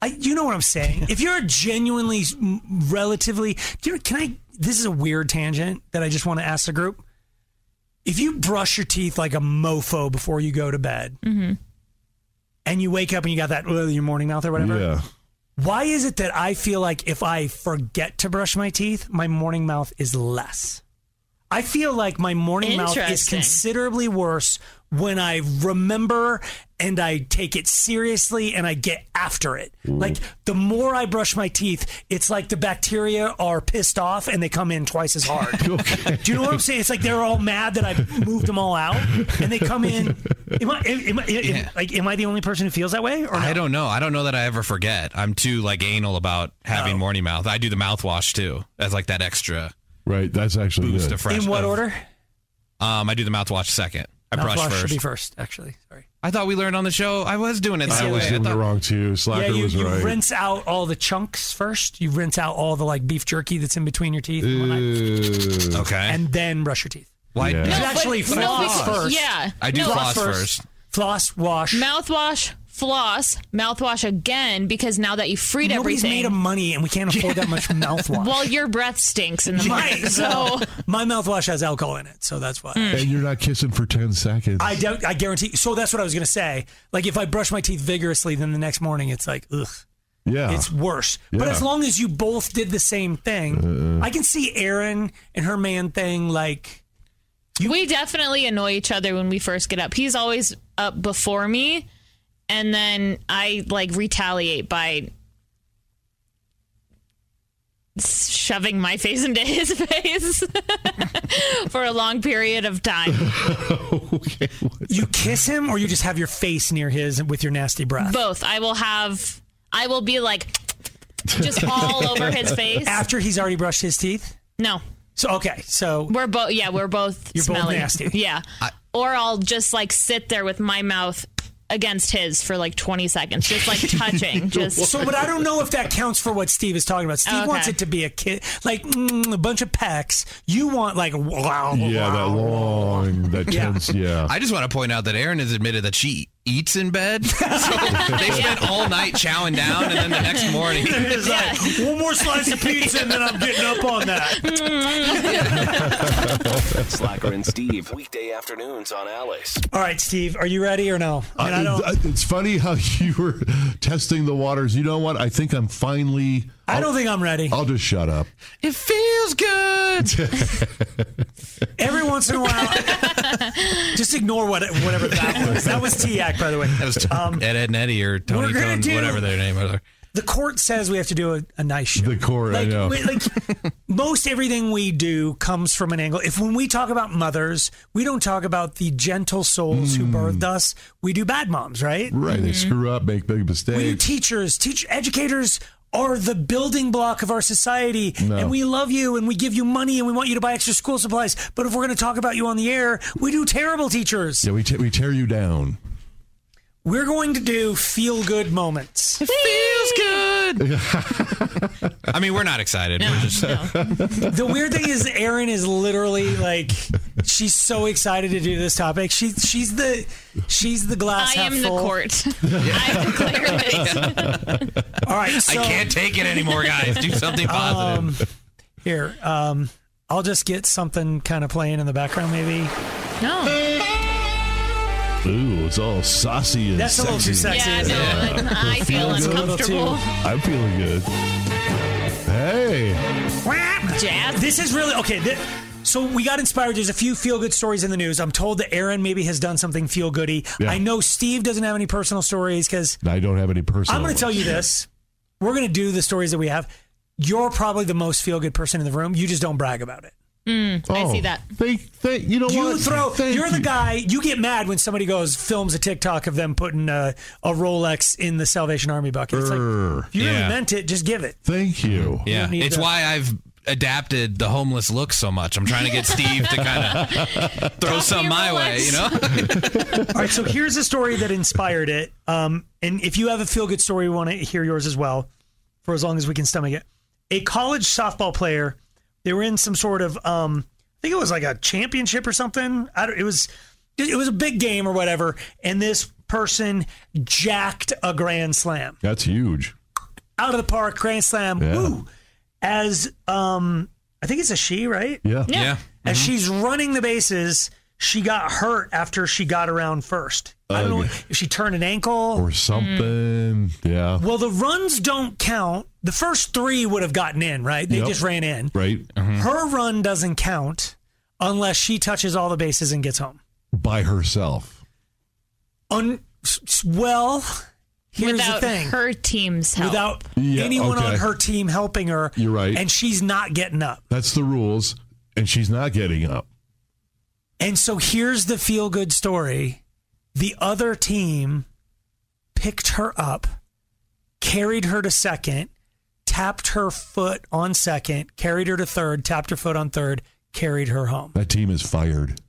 Speaker 2: I, you know what I'm saying. If you're a genuinely, s- m- relatively, do you, can I? This is a weird tangent that I just want to ask the group. If you brush your teeth like a mofo before you go to bed, and you wake up and you got that "Ugh," your morning mouth or whatever,
Speaker 3: Yeah.
Speaker 2: why is it that I feel like if I forget to brush my teeth, my morning mouth is less? I feel like my morning mouth is
Speaker 12: Interesting.
Speaker 2: considerably worse when I remember and I take it seriously and I get after it.
Speaker 3: Mm.
Speaker 2: Like the more I brush my teeth, it's like the bacteria are pissed off and they come in twice as hard.
Speaker 3: Okay.
Speaker 2: Do you know what I'm saying? It's like they're all mad that I moved them all out, and they come in. Am I, am, I- am-
Speaker 11: Yeah.
Speaker 2: like, am I the only person who feels that way? Or no?
Speaker 11: I don't know. I don't know that I ever forget. I'm too like anal about having morning mouth. I do the mouthwash too as like that extra
Speaker 3: Right. That's actually
Speaker 11: boost
Speaker 3: good.
Speaker 11: of fresh.
Speaker 2: In what
Speaker 11: of-
Speaker 2: order?
Speaker 11: Um, I do the mouthwash second. I brush
Speaker 2: Mouthwash should
Speaker 11: first.
Speaker 2: be first, actually. Sorry.
Speaker 11: I thought we learned on the show. I was doing it
Speaker 3: I
Speaker 11: that
Speaker 3: was
Speaker 11: way. I
Speaker 3: doing it
Speaker 11: thought-
Speaker 3: wrong, too. Slacker
Speaker 2: yeah, you,
Speaker 3: was
Speaker 2: you
Speaker 3: right.
Speaker 2: rinse out all the chunks first. You rinse out all the like beef jerky that's in between your teeth, and whatnot,
Speaker 3: Ew.
Speaker 11: okay.
Speaker 2: and then brush your teeth.
Speaker 11: Why?
Speaker 3: Yeah.
Speaker 2: You
Speaker 12: No, but-
Speaker 2: actually
Speaker 12: no,
Speaker 2: floss
Speaker 12: because-
Speaker 2: first.
Speaker 12: Yeah.
Speaker 11: I do
Speaker 12: No,
Speaker 11: floss first.
Speaker 2: Floss, wash.
Speaker 12: Mouthwash, floss, mouthwash again because now that you freed
Speaker 2: Nobody's
Speaker 12: everything.
Speaker 2: made of money, and we can't afford that much mouthwash.
Speaker 12: well, your breath stinks in the morning.
Speaker 2: Right,
Speaker 12: So
Speaker 2: my mouthwash has alcohol in it, so that's why.
Speaker 11: Hmm.
Speaker 3: And you're not kissing for 10 seconds.
Speaker 2: I don't. I guarantee. So that's what I was gonna say. Like if I brush my teeth vigorously, then the next morning it's like ugh,
Speaker 3: yeah.
Speaker 2: it's worse. But
Speaker 3: Yeah. Uh-uh.
Speaker 2: as long as you both did the same thing, I can see Erin and her man thing like.
Speaker 12: we definitely annoy each other when we first get up. He's always up before me. And then I like retaliate by shoving my face into his face for a long period of time.
Speaker 3: okay. what-
Speaker 2: You kiss him, or you just have your face near his with your nasty breath.
Speaker 12: Both. I will have. I will be like, just all over his face.
Speaker 2: After he's already brushed his teeth,
Speaker 12: No,
Speaker 2: So okay, so
Speaker 12: we're both yeah, we're both
Speaker 2: You're both
Speaker 12: smelly.
Speaker 2: nasty.
Speaker 12: Yeah. or I'll just like sit there with my mouth against his for like 20 seconds, just like touching. just
Speaker 2: so, but I don't know if that counts for what Steve is talking about. Steve
Speaker 12: Okay.
Speaker 2: wants it to be a kid, like mm, a bunch of pecks. You want like wow,
Speaker 3: Yeah, that long, that
Speaker 2: Yeah.
Speaker 3: tense. Yeah.
Speaker 11: I just want to point out that Erin has admitted that she eats in bed. So they spent all night chowing down, and then the next morning.
Speaker 2: It's like, one more slice of pizza, and then I'm getting up on that.
Speaker 1: Slacker and Steve. Weekday afternoons on Alice.
Speaker 2: All right, Steve, are you ready or no? I mean, I don't.
Speaker 3: Uh, it- It's funny how you were testing the waters. You know what? I think I'm finally.
Speaker 2: I don't think I'm ready.
Speaker 3: I'll just shut up.
Speaker 2: It feels good. Every once in a while, just ignore what whatever that was. That was TAC, by the way. Um,
Speaker 11: That was Ed, Ed, and Eddie, or
Speaker 2: we're
Speaker 11: Tony,
Speaker 2: gonna
Speaker 11: Tone,
Speaker 2: do-
Speaker 11: whatever their name is.
Speaker 2: The court says we have to do a, a nice show.
Speaker 3: The court,
Speaker 2: like,
Speaker 3: I know.
Speaker 2: we- like, most everything we do comes from an angle. If when we talk about mothers, we don't talk about the gentle souls who birthed us. We do bad moms, right?
Speaker 3: Hmm. Right. They
Speaker 2: Mm-hmm.
Speaker 3: screw up, make big
Speaker 2: We
Speaker 3: mistakes.
Speaker 2: teachers, teach educators are the building block of our society,
Speaker 3: No.
Speaker 2: and we love you, and we give you money, and we want you to buy extra school supplies. But if we're going to talk about you on the air, we do terrible teachers.
Speaker 3: yeah, we, te- we tear you down.
Speaker 2: We're going to do feel good moments. It feels good.
Speaker 11: I mean, we're not excited. we're just,
Speaker 2: the weird thing is Erin is literally like she's so excited to do this topic. She she's the she's the glass
Speaker 12: I
Speaker 2: half
Speaker 12: am the
Speaker 2: full.
Speaker 12: court.
Speaker 2: All right, so,
Speaker 11: I can't take it anymore, guys. Do something positive.
Speaker 2: Um, here, um, I'll just get something kind of playing in the background, maybe.
Speaker 12: No.
Speaker 3: Ooh, it's all saucy and
Speaker 2: That's a little
Speaker 3: sexy.
Speaker 2: too sexy. Yeah, I know.
Speaker 12: I feel
Speaker 3: Feels good.
Speaker 12: uncomfortable.
Speaker 3: I'm feeling good. Hey.
Speaker 12: Jazz.
Speaker 2: This is really okay. thi- so we got inspired. There's a few feel good stories in the news. I'm told that Aaron maybe has done something feel goody.
Speaker 3: Yeah.
Speaker 2: I know Steve doesn't have any personal stories because
Speaker 3: I don't have any personal.
Speaker 2: I'm going to tell you this. We're going to do the stories that we have. You're probably the most feel good person in the room. You just don't brag about it.
Speaker 12: Mm, I see
Speaker 3: Oh,
Speaker 12: that.
Speaker 3: They, they, you know
Speaker 2: You
Speaker 3: what?
Speaker 2: throw.
Speaker 3: Thank
Speaker 2: you're the
Speaker 3: you.
Speaker 2: guy. You get mad when somebody goes films a TikTok of them putting a, a Rolex in the Salvation Army bucket. It's like
Speaker 3: Err.
Speaker 2: if you
Speaker 11: Yeah.
Speaker 2: really meant it. Just give it.
Speaker 3: Thank you.
Speaker 11: Yeah,
Speaker 2: need
Speaker 11: it's
Speaker 2: to-
Speaker 11: why I've adapted the homeless look so much. I'm trying to get Steve to kind of throw some my way, you know?
Speaker 2: All right, so here's a story that inspired it. Um, and if you have a feel good story, we want to hear yours as well for as long as we can stomach it. A college softball player, they were in some sort of, um, I think it was like a championship or something. I don't, it was, it was a big game or whatever. And this person jacked a grand slam
Speaker 3: That's huge.
Speaker 2: out of the park, grand slam,
Speaker 3: Yeah.
Speaker 2: woo! As um, I think it's a she, right?
Speaker 3: Yeah. Mm-hmm.
Speaker 11: Yeah.
Speaker 2: As she's running the bases, she got hurt after she got around first. I don't know
Speaker 3: Ugh.
Speaker 2: if she turned an ankle. Mm.
Speaker 3: Or something. Yeah.
Speaker 2: Well, the runs don't count. The first three would have gotten in, right? They
Speaker 3: Yep. Mm.
Speaker 2: just ran in.
Speaker 3: Right.
Speaker 2: Her run doesn't count unless she touches all the bases and gets home.
Speaker 3: By herself.
Speaker 2: Un- s- s- well, here's
Speaker 12: Without
Speaker 2: the thing.
Speaker 12: her team's help.
Speaker 2: Without
Speaker 3: Yeah,
Speaker 2: anyone
Speaker 3: okay.
Speaker 2: on her team helping her,
Speaker 3: You're right.
Speaker 2: and she's not getting up.
Speaker 3: That's the rules. And she's not getting up.
Speaker 2: And so here's the feel good story. The other team picked her up, carried her to second, tapped her foot on second, carried her to third, tapped her foot on third, carried her home.
Speaker 3: That team is fired.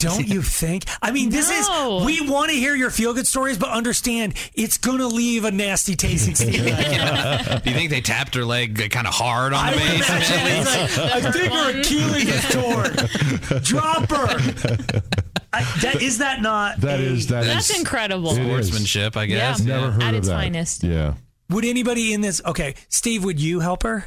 Speaker 2: Don't you think? I mean, this
Speaker 12: No.
Speaker 2: is, we want to hear your feel good stories, but understand it's going to leave a nasty taste in Steve's mouth.
Speaker 11: Do you think they tapped her leg kind of hard on
Speaker 2: I
Speaker 11: the
Speaker 2: would
Speaker 11: base?
Speaker 2: imagine he's like, I think her Achilles is torn. Drop her. I, that, is that not
Speaker 3: That
Speaker 2: a-
Speaker 3: is that
Speaker 12: That's
Speaker 3: is-
Speaker 12: incredible.
Speaker 3: it is.
Speaker 11: Sportsmanship, I guess.
Speaker 12: Yeah.
Speaker 3: Never heard
Speaker 12: At
Speaker 3: of
Speaker 12: its
Speaker 3: that.
Speaker 12: finest.
Speaker 3: Yeah.
Speaker 2: Would anybody in this? Okay, Steve, would you help her?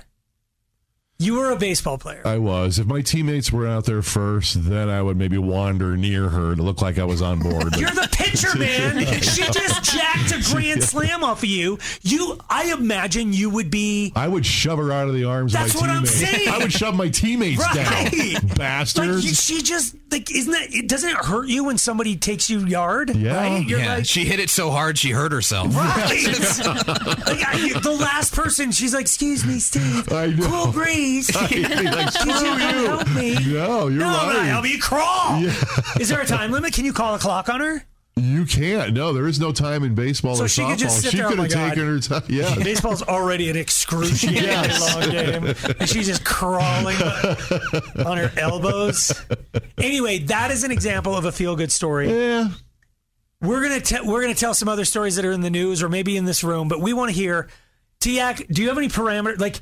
Speaker 2: You were a baseball player.
Speaker 3: I was. If my teammates were out there first, then I would maybe wander near her to look like I was on board.
Speaker 2: You're the pitcher, man. she just jacked a grand slam off of you. You, I imagine you would be
Speaker 3: I would shove her out of the arms
Speaker 2: That's
Speaker 3: of my
Speaker 2: what I'm
Speaker 3: teammates.
Speaker 2: saying.
Speaker 3: I would shove my teammates
Speaker 2: Right.
Speaker 3: down.
Speaker 2: like you,
Speaker 3: Bastards.
Speaker 2: she just like isn't that? It doesn't it hurt you when somebody takes you yard,
Speaker 3: Yeah.
Speaker 2: right? You're
Speaker 11: Yeah,
Speaker 2: like.
Speaker 11: she hit it so hard she hurt herself.
Speaker 2: Right. like, I, the last person, she's like, "Excuse me, Steve.
Speaker 3: I know.
Speaker 2: Cool breeze.
Speaker 3: Like,
Speaker 2: Could
Speaker 3: screw
Speaker 2: you
Speaker 3: you.
Speaker 2: help me?
Speaker 3: No, you're
Speaker 2: no, I'm not
Speaker 3: lying.
Speaker 2: helping you crawl. Is there a time limit? Can you call a clock on her?
Speaker 3: You You can't. No, there is no time in baseball
Speaker 2: So
Speaker 3: or
Speaker 2: she
Speaker 3: softball.
Speaker 2: could just sit
Speaker 3: she
Speaker 2: there, oh
Speaker 3: could
Speaker 2: my
Speaker 3: have
Speaker 2: God.
Speaker 3: taken her time. Yeah.
Speaker 2: Baseball's already an excruciatingly
Speaker 3: Yes.
Speaker 2: long game, and she's just crawling on her elbows. Anyway, that is an example of a feel-good story.
Speaker 3: Yeah.
Speaker 2: We're gonna te- we're gonna tell some other stories that are in the news or maybe in this room, but we want to hear. Tiak, do you have any parameter? Like,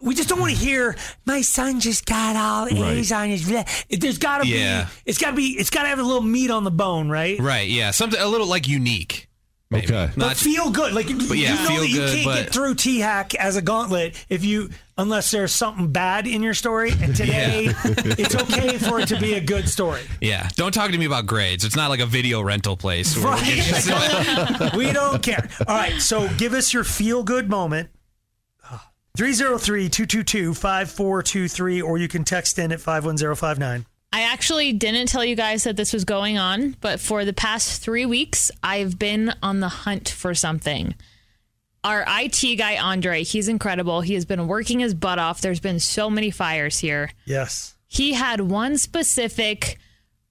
Speaker 2: we just don't want to hear. My son just got all
Speaker 11: Right.
Speaker 2: A's on his. re-" There's gotta
Speaker 11: Yeah.
Speaker 2: be. It's gotta be. It's gotta have a little meat on the bone, right?
Speaker 11: Right. Yeah. Something a little like unique.
Speaker 3: Okay.
Speaker 2: but feel good. Like
Speaker 11: But
Speaker 2: you
Speaker 11: yeah,
Speaker 2: know
Speaker 11: feel
Speaker 2: that you
Speaker 11: good,
Speaker 2: can't
Speaker 11: but-
Speaker 2: get through T Hack as a gauntlet if you unless there's something bad in your story. And today
Speaker 11: Yeah.
Speaker 2: it's okay for it to be a good story.
Speaker 11: yeah. Don't talk to me about grades. It's not like a video rental place. where we're getting-
Speaker 2: Right? we don't care. All right, so give us your feel good moment. 303-222-5423 or you can text in at 51059.
Speaker 12: I actually didn't tell you guys that this was going on, but for the past three weeks, I've been on the hunt for something. Our IT guy, Andre, he's incredible. He has been working his butt off. There's been so many fires here.
Speaker 2: Yes.
Speaker 12: He had one specific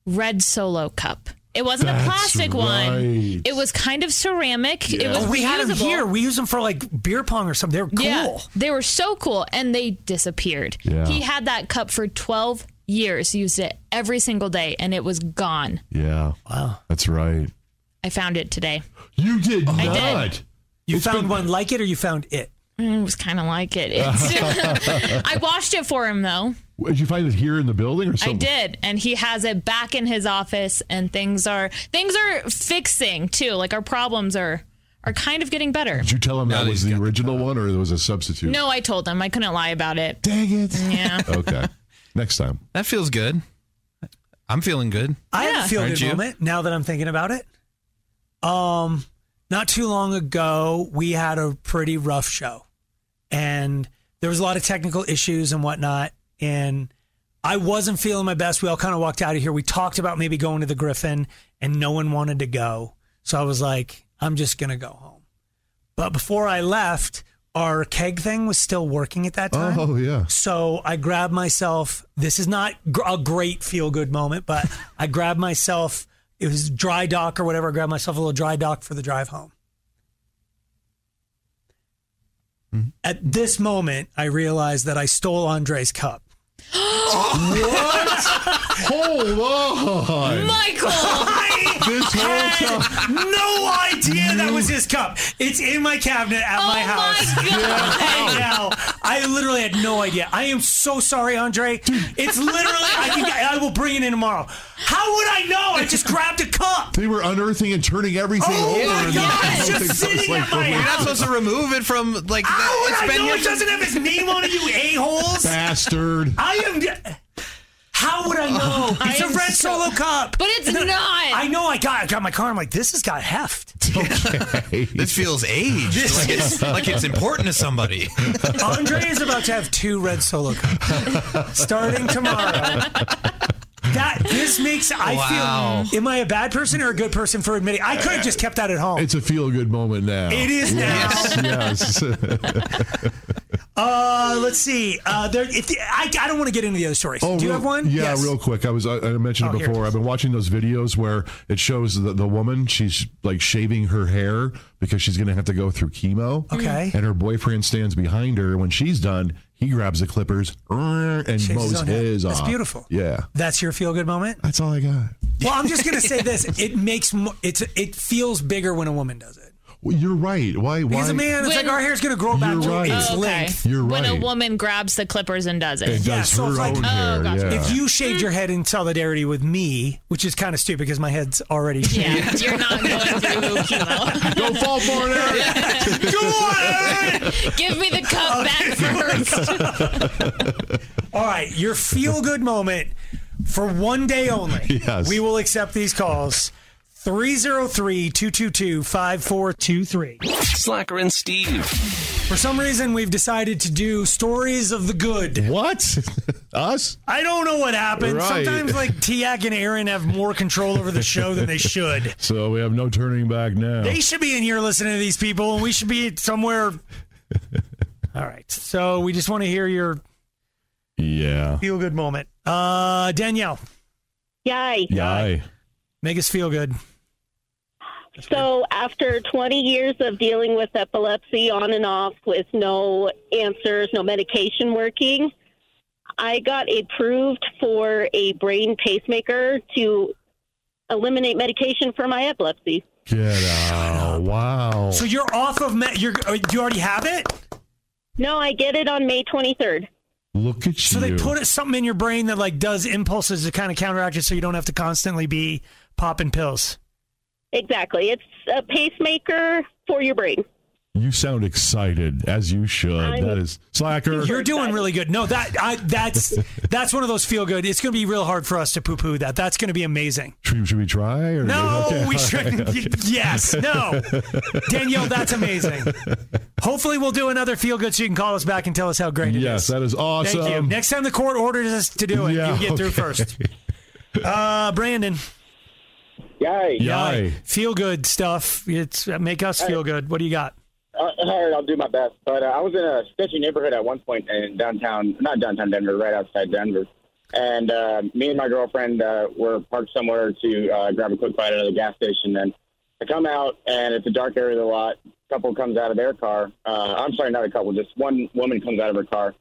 Speaker 12: red solo cup. It wasn't a
Speaker 2: That's
Speaker 12: plastic
Speaker 2: right.
Speaker 12: one. It was kind of ceramic. It was
Speaker 2: Oh, we had them
Speaker 12: reusable.
Speaker 2: here. We used them for like beer pong or something. They're cool.
Speaker 12: Yeah, they were so cool, and they disappeared.
Speaker 2: Yeah.
Speaker 12: He had that cup for 12 years, used it every single day, and it was gone.
Speaker 3: Yeah.
Speaker 2: Wow.
Speaker 3: That's right.
Speaker 12: I found it today.
Speaker 3: You did
Speaker 12: I did.
Speaker 3: not.
Speaker 2: You found one like it or you found it?
Speaker 12: Mm, It was kind of like it. It's I washed it for him, though.
Speaker 3: Did you find it here in the building or
Speaker 12: I
Speaker 3: something?
Speaker 12: did, and he has it back in his office, and things are things are fixing too. Like our problems are are kind of getting better.
Speaker 3: Did you tell him that was the original one or there was a substitute?
Speaker 12: No, I told him I couldn't lie about it.
Speaker 3: Dang it!
Speaker 12: Yeah.
Speaker 3: Okay. Next time.
Speaker 11: That feels good. I'm feeling good.
Speaker 2: I have a feel
Speaker 11: Aren't
Speaker 2: good
Speaker 11: you?
Speaker 2: moment now that I'm thinking about it. Um, not too long ago, we had a pretty rough show, and there was a lot of technical issues and whatnot. And I wasn't feeling my best. We all kind of walked out of here. We talked about maybe going to the Griffin, and no one wanted to go. So I was like, I'm just gonna go home. But before I left, our keg thing was still working at that time.
Speaker 3: Oh, yeah.
Speaker 2: So I grabbed myself. This is not gr- a great feel good moment, but I grabbed myself. It was dry dock or whatever. I grabbed myself a little dry dock for the drive home.
Speaker 3: Mm-hmm.
Speaker 2: At this moment, I realized that I stole Andre's cup.
Speaker 3: Hold on.
Speaker 12: Michael!
Speaker 2: I
Speaker 3: This whole
Speaker 2: had
Speaker 3: time-
Speaker 2: no idea that was his cup. It's in my cabinet at
Speaker 12: Oh
Speaker 2: my house. Right now, I literally had no idea. I am so sorry, Andre. It's literally, I, can, I will bring it in tomorrow. How would I know? I just grabbed a cup.
Speaker 3: They were unearthing and turning everything
Speaker 2: Oh,
Speaker 3: over.
Speaker 2: my
Speaker 3: and
Speaker 2: God,
Speaker 3: I
Speaker 2: it's
Speaker 3: don't
Speaker 2: just
Speaker 3: think- I was
Speaker 2: sitting at
Speaker 3: like,
Speaker 2: my
Speaker 3: oh,
Speaker 11: You're not supposed to remove it from like.
Speaker 2: How would
Speaker 11: it's
Speaker 2: Oh, I
Speaker 11: been
Speaker 2: know
Speaker 11: here
Speaker 2: it doesn't have his name on it, you a-holes?
Speaker 3: Bastard.
Speaker 2: I am. How would I know?
Speaker 12: I
Speaker 2: It's a
Speaker 12: am
Speaker 2: red
Speaker 12: so-
Speaker 2: solo cup.
Speaker 12: But it's
Speaker 2: And then-
Speaker 12: not.
Speaker 2: I know. I got. I got in my car. I'm like, this has got heft.
Speaker 11: This feels aged.
Speaker 2: This
Speaker 11: like,
Speaker 2: is-
Speaker 11: it's, like it's important to somebody.
Speaker 2: Andre is about to have two red solo cups starting tomorrow. That this makes I
Speaker 11: Wow.
Speaker 2: feel. Am I a bad person or a good person for admitting? I could have just kept that at home.
Speaker 3: It's a feel good moment now.
Speaker 2: It is now.
Speaker 3: Yes. yes.
Speaker 2: Uh, let's see. Uh, there. If the, I, I don't want to get into the other stories. Do you
Speaker 3: Oh, real-
Speaker 2: have one?
Speaker 3: Yeah,
Speaker 2: Yes.
Speaker 3: real quick. I was I, I mentioned
Speaker 2: Oh,
Speaker 3: it
Speaker 2: here it
Speaker 3: before. I've been watching those videos where it shows the, the woman she's like shaving her hair because she's going to have to go through chemo.
Speaker 2: Okay.
Speaker 3: And her boyfriend stands behind her. When she's done, he grabs the clippers and
Speaker 2: Shaves his
Speaker 3: mows
Speaker 2: own head.
Speaker 3: his
Speaker 2: That's
Speaker 3: off.
Speaker 2: beautiful.
Speaker 3: Yeah.
Speaker 2: That's your feel good moment.
Speaker 3: That's all I got.
Speaker 2: Well, I'm just gonna say this. It makes mo- it's it feels bigger when a woman does it
Speaker 3: Well, you're right. Why?
Speaker 2: because
Speaker 3: why?
Speaker 2: a man, it's
Speaker 12: When-
Speaker 2: like our hair's gonna grow back
Speaker 3: You're
Speaker 2: to
Speaker 3: right.
Speaker 2: its
Speaker 12: Oh, okay.
Speaker 2: length.
Speaker 3: You're
Speaker 12: when a
Speaker 3: right.
Speaker 12: woman grabs the clippers and does it.
Speaker 3: It does
Speaker 2: Yeah,
Speaker 3: her
Speaker 2: so it's like-
Speaker 3: own
Speaker 2: Oh,
Speaker 3: hair.
Speaker 12: gotcha.
Speaker 3: yeah.
Speaker 2: If you
Speaker 12: Mm.
Speaker 2: shaved your head in solidarity with me, which is kind of stupid because my head's already shaved.
Speaker 12: Yeah, you're not going through chemo.
Speaker 3: Go fall for it, Eric.
Speaker 2: Come on, Aaron!
Speaker 12: Give me the cup back first.
Speaker 2: All right, your feel good moment for one day only.
Speaker 3: Yes.
Speaker 2: We will accept these calls 303 222 5423.
Speaker 1: Slacker and Steve.
Speaker 2: For some reason, we've decided to do stories of the good.
Speaker 3: What? Us?
Speaker 2: I don't know what happened.
Speaker 3: Right.
Speaker 2: Sometimes, like, Tiak and Aaron have more control over the show than they should.
Speaker 3: So we have no turning back now.
Speaker 2: They should be in here listening to these people, and we should be somewhere. All right. So we just want to hear your
Speaker 3: yeah.
Speaker 2: feel good moment. Uh, Danielle,
Speaker 9: Yay.
Speaker 3: Yay.
Speaker 2: make us feel good.
Speaker 13: So, after 20 years of dealing with epilepsy on and off with no answers, no medication working, I got approved for a brain pacemaker to eliminate medication for my epilepsy.
Speaker 3: Get out. Wow.
Speaker 2: So you're off of met. You're uh, you already have it.
Speaker 13: No, I get it on May 23rd.
Speaker 3: Look at
Speaker 2: So they put it, something in your brain that like does impulses to kind of counteract it, so you don't have to constantly be popping pills.
Speaker 13: Exactly. It's a pacemaker for your brain.
Speaker 3: You sound excited as you should.
Speaker 13: I'm-
Speaker 3: that is slacker.
Speaker 2: You're doing really good. No, that I that's that's one of those feel good. It's going to be real hard for us to poo poo that. That's going to be amazing.
Speaker 3: Should, should we try? Or
Speaker 2: No,
Speaker 3: Okay,
Speaker 2: we
Speaker 3: all
Speaker 2: shouldn't.
Speaker 3: okay.
Speaker 2: Yes, no. Danielle, that's amazing. Hopefully, we'll do another feel good so you can call us back and tell us how great it is.
Speaker 3: Yes, that is awesome.
Speaker 2: Thank you. Next time the court orders us to do it,
Speaker 3: Yeah,
Speaker 2: you get through
Speaker 3: okay.
Speaker 2: first. Uh, Brandon.
Speaker 14: Yay.
Speaker 2: Yay. Feel good stuff. It's uh, make us feel good. What do you got?
Speaker 14: Uh, all right, I'll do my best. But uh, I was in a sketchy neighborhood at one point in downtown, not downtown Denver, right outside Denver. And uh, me and my girlfriend uh, were parked somewhere to uh, grab a quick bite at a gas station. And I come out, and it's a dark area of the lot. couple comes out of their car. Uh, I'm sorry, not a couple, just one woman comes out of her car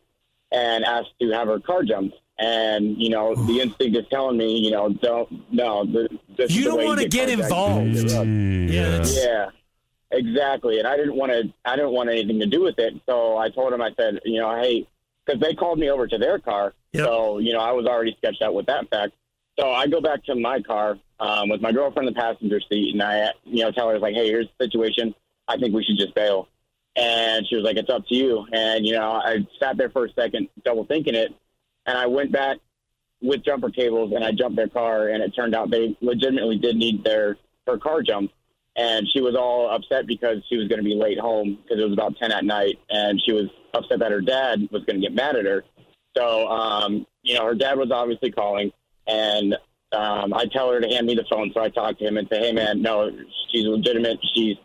Speaker 14: and asked to have her car jumped. And, you know, the instinct is telling me, you know, don't, no. This, this is
Speaker 2: You
Speaker 14: the
Speaker 2: don't
Speaker 14: way
Speaker 2: wanna
Speaker 14: get
Speaker 2: get
Speaker 14: carjacked.
Speaker 2: involved.
Speaker 3: Yeah, that's-
Speaker 14: Yeah, exactly. And I didn't want to. I didn't want anything to do with it. So I told him. I said, you know, hey, because they called me over to their car. So you know, I was already sketched out with that fact. So I go back to my car um, with my girlfriend in the passenger seat, and I, you know, tell her like, hey, here's the situation. I think we should just bail. And she was like, it's up to you. And you know, I sat there for a second, double thinking it, and I went back with jumper cables and I jumped their car and it turned out they legitimately did need their her car jumped and she was all upset because she was going to be late home because it was about 10 at night and she was upset that her dad was going to get mad at her so um, you know her dad was obviously calling and um, I tell her to hand me the phone so I talk to him and say hey man no she's legitimate she's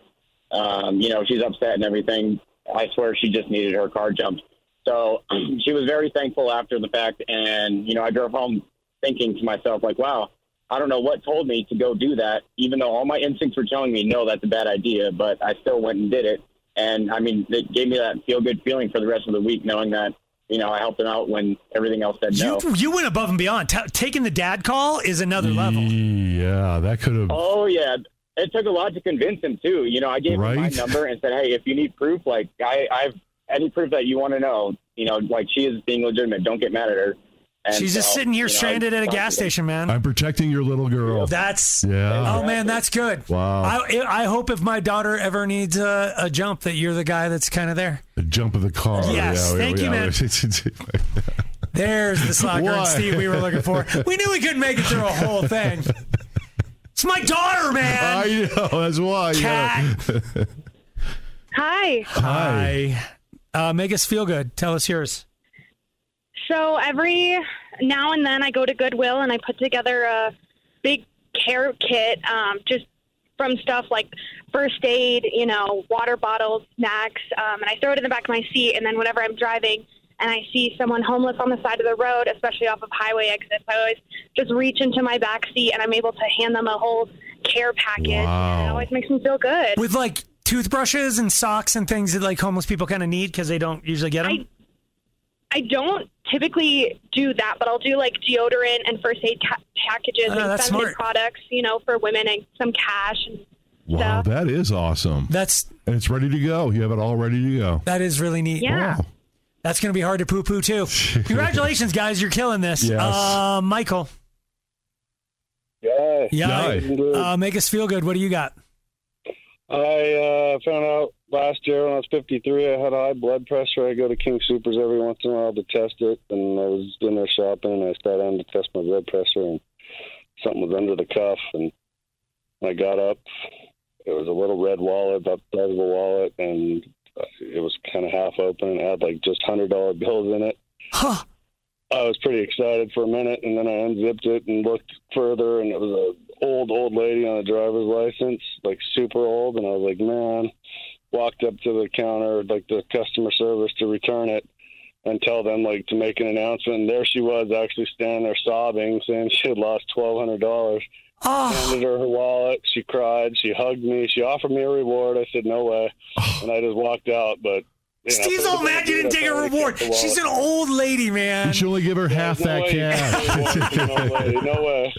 Speaker 14: um, you know she's upset and everything I swear she just needed her car jumped so she was very thankful after the fact. And, you know, I drove home thinking to myself, like, wow, I don't know what told me to go do that, even though all my instincts were telling me, no, that's a bad idea. But I still went and did it. And I mean, it gave me that feel good feeling for the rest of the week, knowing that, you know, I helped them out when everything else said no.
Speaker 2: You you went above and beyond. Ta taking the dad call is another level.
Speaker 3: Yeah, that could have.
Speaker 14: Oh yeah, it took a lot to convince him too. You know, I gave him my
Speaker 3: Right.
Speaker 14: number and said, "Hey, if you need proof, like I, I've any proof that you want to know, you know, like she is being legitimate. Don't get mad at her." And
Speaker 2: She's just
Speaker 14: so,
Speaker 2: sitting here
Speaker 14: you know, I
Speaker 2: stranded at a
Speaker 14: talked
Speaker 2: gas
Speaker 14: to them.
Speaker 2: station, man.
Speaker 3: I'm protecting your little girl.
Speaker 2: That's
Speaker 3: yeah.
Speaker 2: Oh man, that's good.
Speaker 3: Wow.
Speaker 2: I I hope if my daughter ever needs a, a jump that you're the guy that's kind of there.
Speaker 3: The jump of the car.
Speaker 2: Yes, thank you, man.
Speaker 3: man.
Speaker 2: There's the slacker
Speaker 3: Why?
Speaker 2: and Steve we were looking for. We knew we couldn't make it through a whole thing. It's my daughter, man.
Speaker 3: I know. That's why. you
Speaker 2: Cat.
Speaker 3: gotta-
Speaker 15: Hi.
Speaker 2: Hi. Uh, make us feel good. Tell us yours.
Speaker 15: So every now and then I go to Goodwill and I put together a big care kit um, just from stuff like first aid, you know, water bottles, snacks, um, and I throw it in the back of my seat. And then whenever I'm driving and I see someone homeless on the side of the road, especially off of highway exits, I always just reach into my back seat and I'm able to hand them a whole care package. And it
Speaker 2: Wow.
Speaker 15: always makes them feel good.
Speaker 2: With like toothbrushes and socks and things that like homeless people kind of need because they don't usually get them.
Speaker 15: I don't typically do that, but I'll do like deodorant and first aid ca- packages
Speaker 2: Ah,
Speaker 15: and
Speaker 2: that's
Speaker 15: feminine
Speaker 2: smart.
Speaker 15: products, you know, for women and some cash. And
Speaker 3: Wow, that is awesome.
Speaker 2: That's
Speaker 3: and it's ready to go. You have it all ready to go.
Speaker 2: that is really neat.
Speaker 15: Yeah.
Speaker 2: That's going to be hard to poo poo too. Congratulations, guys. You're killing this.
Speaker 3: Yes.
Speaker 2: Uh, Michael.
Speaker 16: Yeah.
Speaker 2: Yeah.
Speaker 16: Uh,
Speaker 2: Uh, make us feel good. What do you got?
Speaker 16: I uh, found out last year when I was 53, I had high blood pressure. I go to King Supers every once in a while to test it, and I was in there shopping, and I sat down to test my blood pressure, and something was under the cuff, and I got up. It was a little red wallet, about the size of a wallet, and it was kind of half open, and it had like just hundred dollar bills in it.
Speaker 2: Huh.
Speaker 16: I was pretty excited for a minute, and then I unzipped it and looked further, and it was a old, old lady on a driver's license, like super old, and I was like, man, walked up to the counter, like the customer service, to return it, and tell them like to make an announcement. And there she was, actually standing there sobbing, saying she had lost twelve hundred dollars.
Speaker 2: Ah.
Speaker 16: Handed her her wallet. She cried. She hugged me. She offered me a reward. I said no way, and I just walked out. But you know,
Speaker 2: Steve's all mad Ah. you didn't take a reward. She's an old lady, man.
Speaker 3: You should only give her half that cash.
Speaker 16: no way.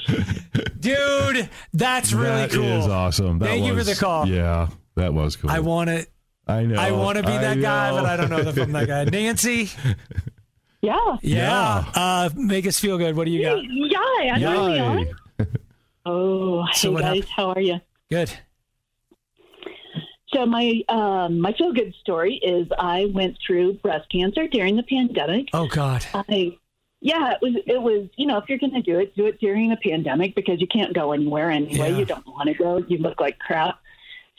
Speaker 2: Dude, that's really
Speaker 3: That
Speaker 2: cool.
Speaker 3: is awesome. That
Speaker 2: Thank you for
Speaker 3: was-
Speaker 2: the call.
Speaker 3: Yeah, that was cool.
Speaker 2: I want to.
Speaker 3: I know.
Speaker 2: I want to be that guy,
Speaker 3: know.
Speaker 2: but I don't know if I'm that guy. Nancy,
Speaker 17: Yeah.
Speaker 2: yeah, Uh, make us feel good. What do you got?
Speaker 17: Yeah, I'm really on. Oh,
Speaker 2: So
Speaker 17: hey
Speaker 2: what
Speaker 17: guys,
Speaker 2: happened?
Speaker 17: how are you?
Speaker 2: Good.
Speaker 17: So my um, my feel good story is I went through breast cancer during the pandemic.
Speaker 2: Oh God.
Speaker 17: I, yeah, it was it was you know if you're going to do it, do it during a pandemic because you can't go anywhere anyway.
Speaker 2: Yeah.
Speaker 17: You don't want to go. You look like crap.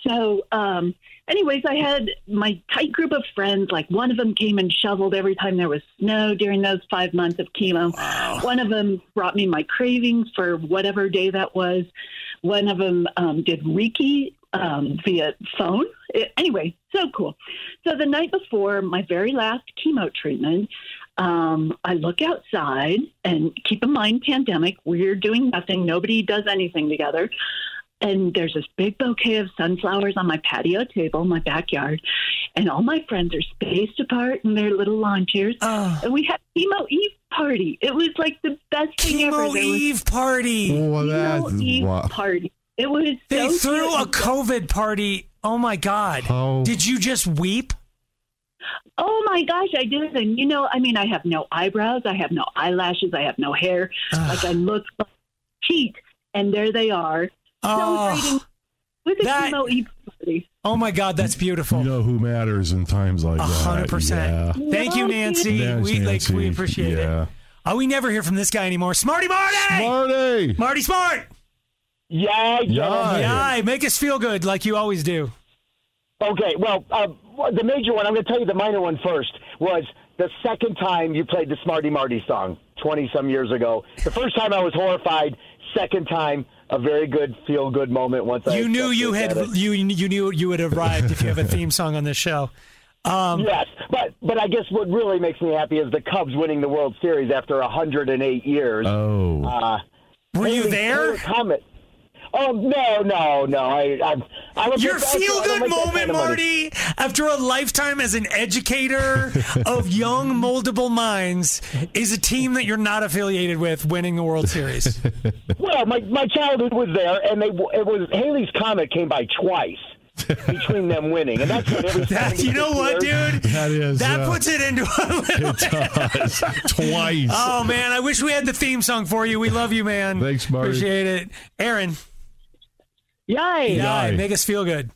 Speaker 17: So, um, anyways, I had my tight group of friends. Like one of them came and shoveled every time there was snow during those five months of chemo. One of them brought me my cravings for whatever day that was. One of them um, did Reiki um, via phone. It- anyway, so cool. So the night before my very last chemo treatment, um, I look outside and keep in mind pandemic. We're doing nothing. Nobody does anything together and there's this big bouquet of sunflowers on my patio table in my backyard and all my friends are spaced apart in their little lawn chairs
Speaker 2: Ah.
Speaker 17: and we had chemo eve party it was like the best thing ever There
Speaker 2: Chemo
Speaker 17: was
Speaker 2: Eve party.
Speaker 17: chemo eve party it was
Speaker 2: They
Speaker 17: so
Speaker 2: threw
Speaker 17: cute.
Speaker 2: a COVID party. Oh my God. Did you just weep?
Speaker 17: Oh my gosh, I did. And you know, I mean, I have no eyebrows, I have no eyelashes, I have no hair.
Speaker 2: Ah.
Speaker 17: like I look like cheat, and there they are.
Speaker 2: Ah.
Speaker 17: Celebrating with a
Speaker 2: That-
Speaker 17: chemo eve party.
Speaker 2: Oh my God, that's beautiful.
Speaker 3: You know who matters in times like
Speaker 2: A
Speaker 3: that.
Speaker 2: hundred percent.
Speaker 3: Yeah.
Speaker 2: Thank you, Nancy.
Speaker 3: Thanks,
Speaker 2: we like we
Speaker 3: Nancy.
Speaker 2: appreciate
Speaker 3: Yeah.
Speaker 2: it. Oh, we never hear from this guy anymore. Smarty Marty.
Speaker 3: Marty.
Speaker 2: Marty Smart.
Speaker 7: Yeah.
Speaker 3: Yeah.
Speaker 2: Yeah. Make us feel good like you always do.
Speaker 7: Okay, well, uh, the major one, I'm going to tell you the minor one first, was the second time you played the Smarty Marty song 20 some years ago. The first time I was horrified, second time, a very good feel good moment once I
Speaker 2: you knew you had
Speaker 7: accepted that it-
Speaker 2: you you knew you had arrived if you have a theme song on this show. Um,
Speaker 7: yes, but but I guess what really makes me happy is the Cubs winning the World Series after 108 years.
Speaker 3: Oh.
Speaker 7: Uh,
Speaker 2: Were you
Speaker 7: there? Comment. Oh no, no, no! I, I'm, I'm a
Speaker 2: Your
Speaker 7: professional.
Speaker 2: feel
Speaker 7: I don't
Speaker 2: good
Speaker 7: make that
Speaker 2: moment,
Speaker 7: kind of money.
Speaker 2: Marty, after a lifetime as an educator of young, moldable minds, is a team that you're not affiliated with winning the World Series.
Speaker 7: Well, my, my childhood was there, and they it was Haley's Comet came by twice between them winning, and that's what every
Speaker 2: That- you know what, dude?
Speaker 3: That is.
Speaker 2: That
Speaker 3: uh,
Speaker 2: puts it into a little
Speaker 3: Twice.
Speaker 2: Oh man, I wish we had the theme song for you. We love you, man.
Speaker 3: Thanks, Marty.
Speaker 2: Appreciate it, Aaron.
Speaker 18: Yay.
Speaker 2: Yay. Make us feel good.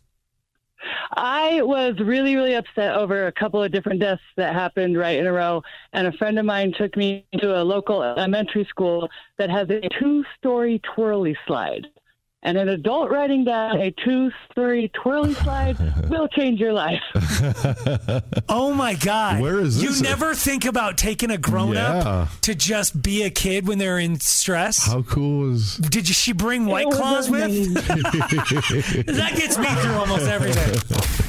Speaker 18: I was really, really upset over a couple of different deaths that happened right in a row. And a friend of mine took me to a local elementary school that has a two story twirly slide. And an adult riding down a two story twirly slide will change your life.
Speaker 2: Oh my God!
Speaker 3: Where is this?
Speaker 2: You never think about taking a grown
Speaker 3: Yeah.
Speaker 2: up to just be a kid when they're in stress.
Speaker 3: How cool is.
Speaker 2: Did you, she bring White
Speaker 1: was
Speaker 2: Claws with? that gets me through almost everything.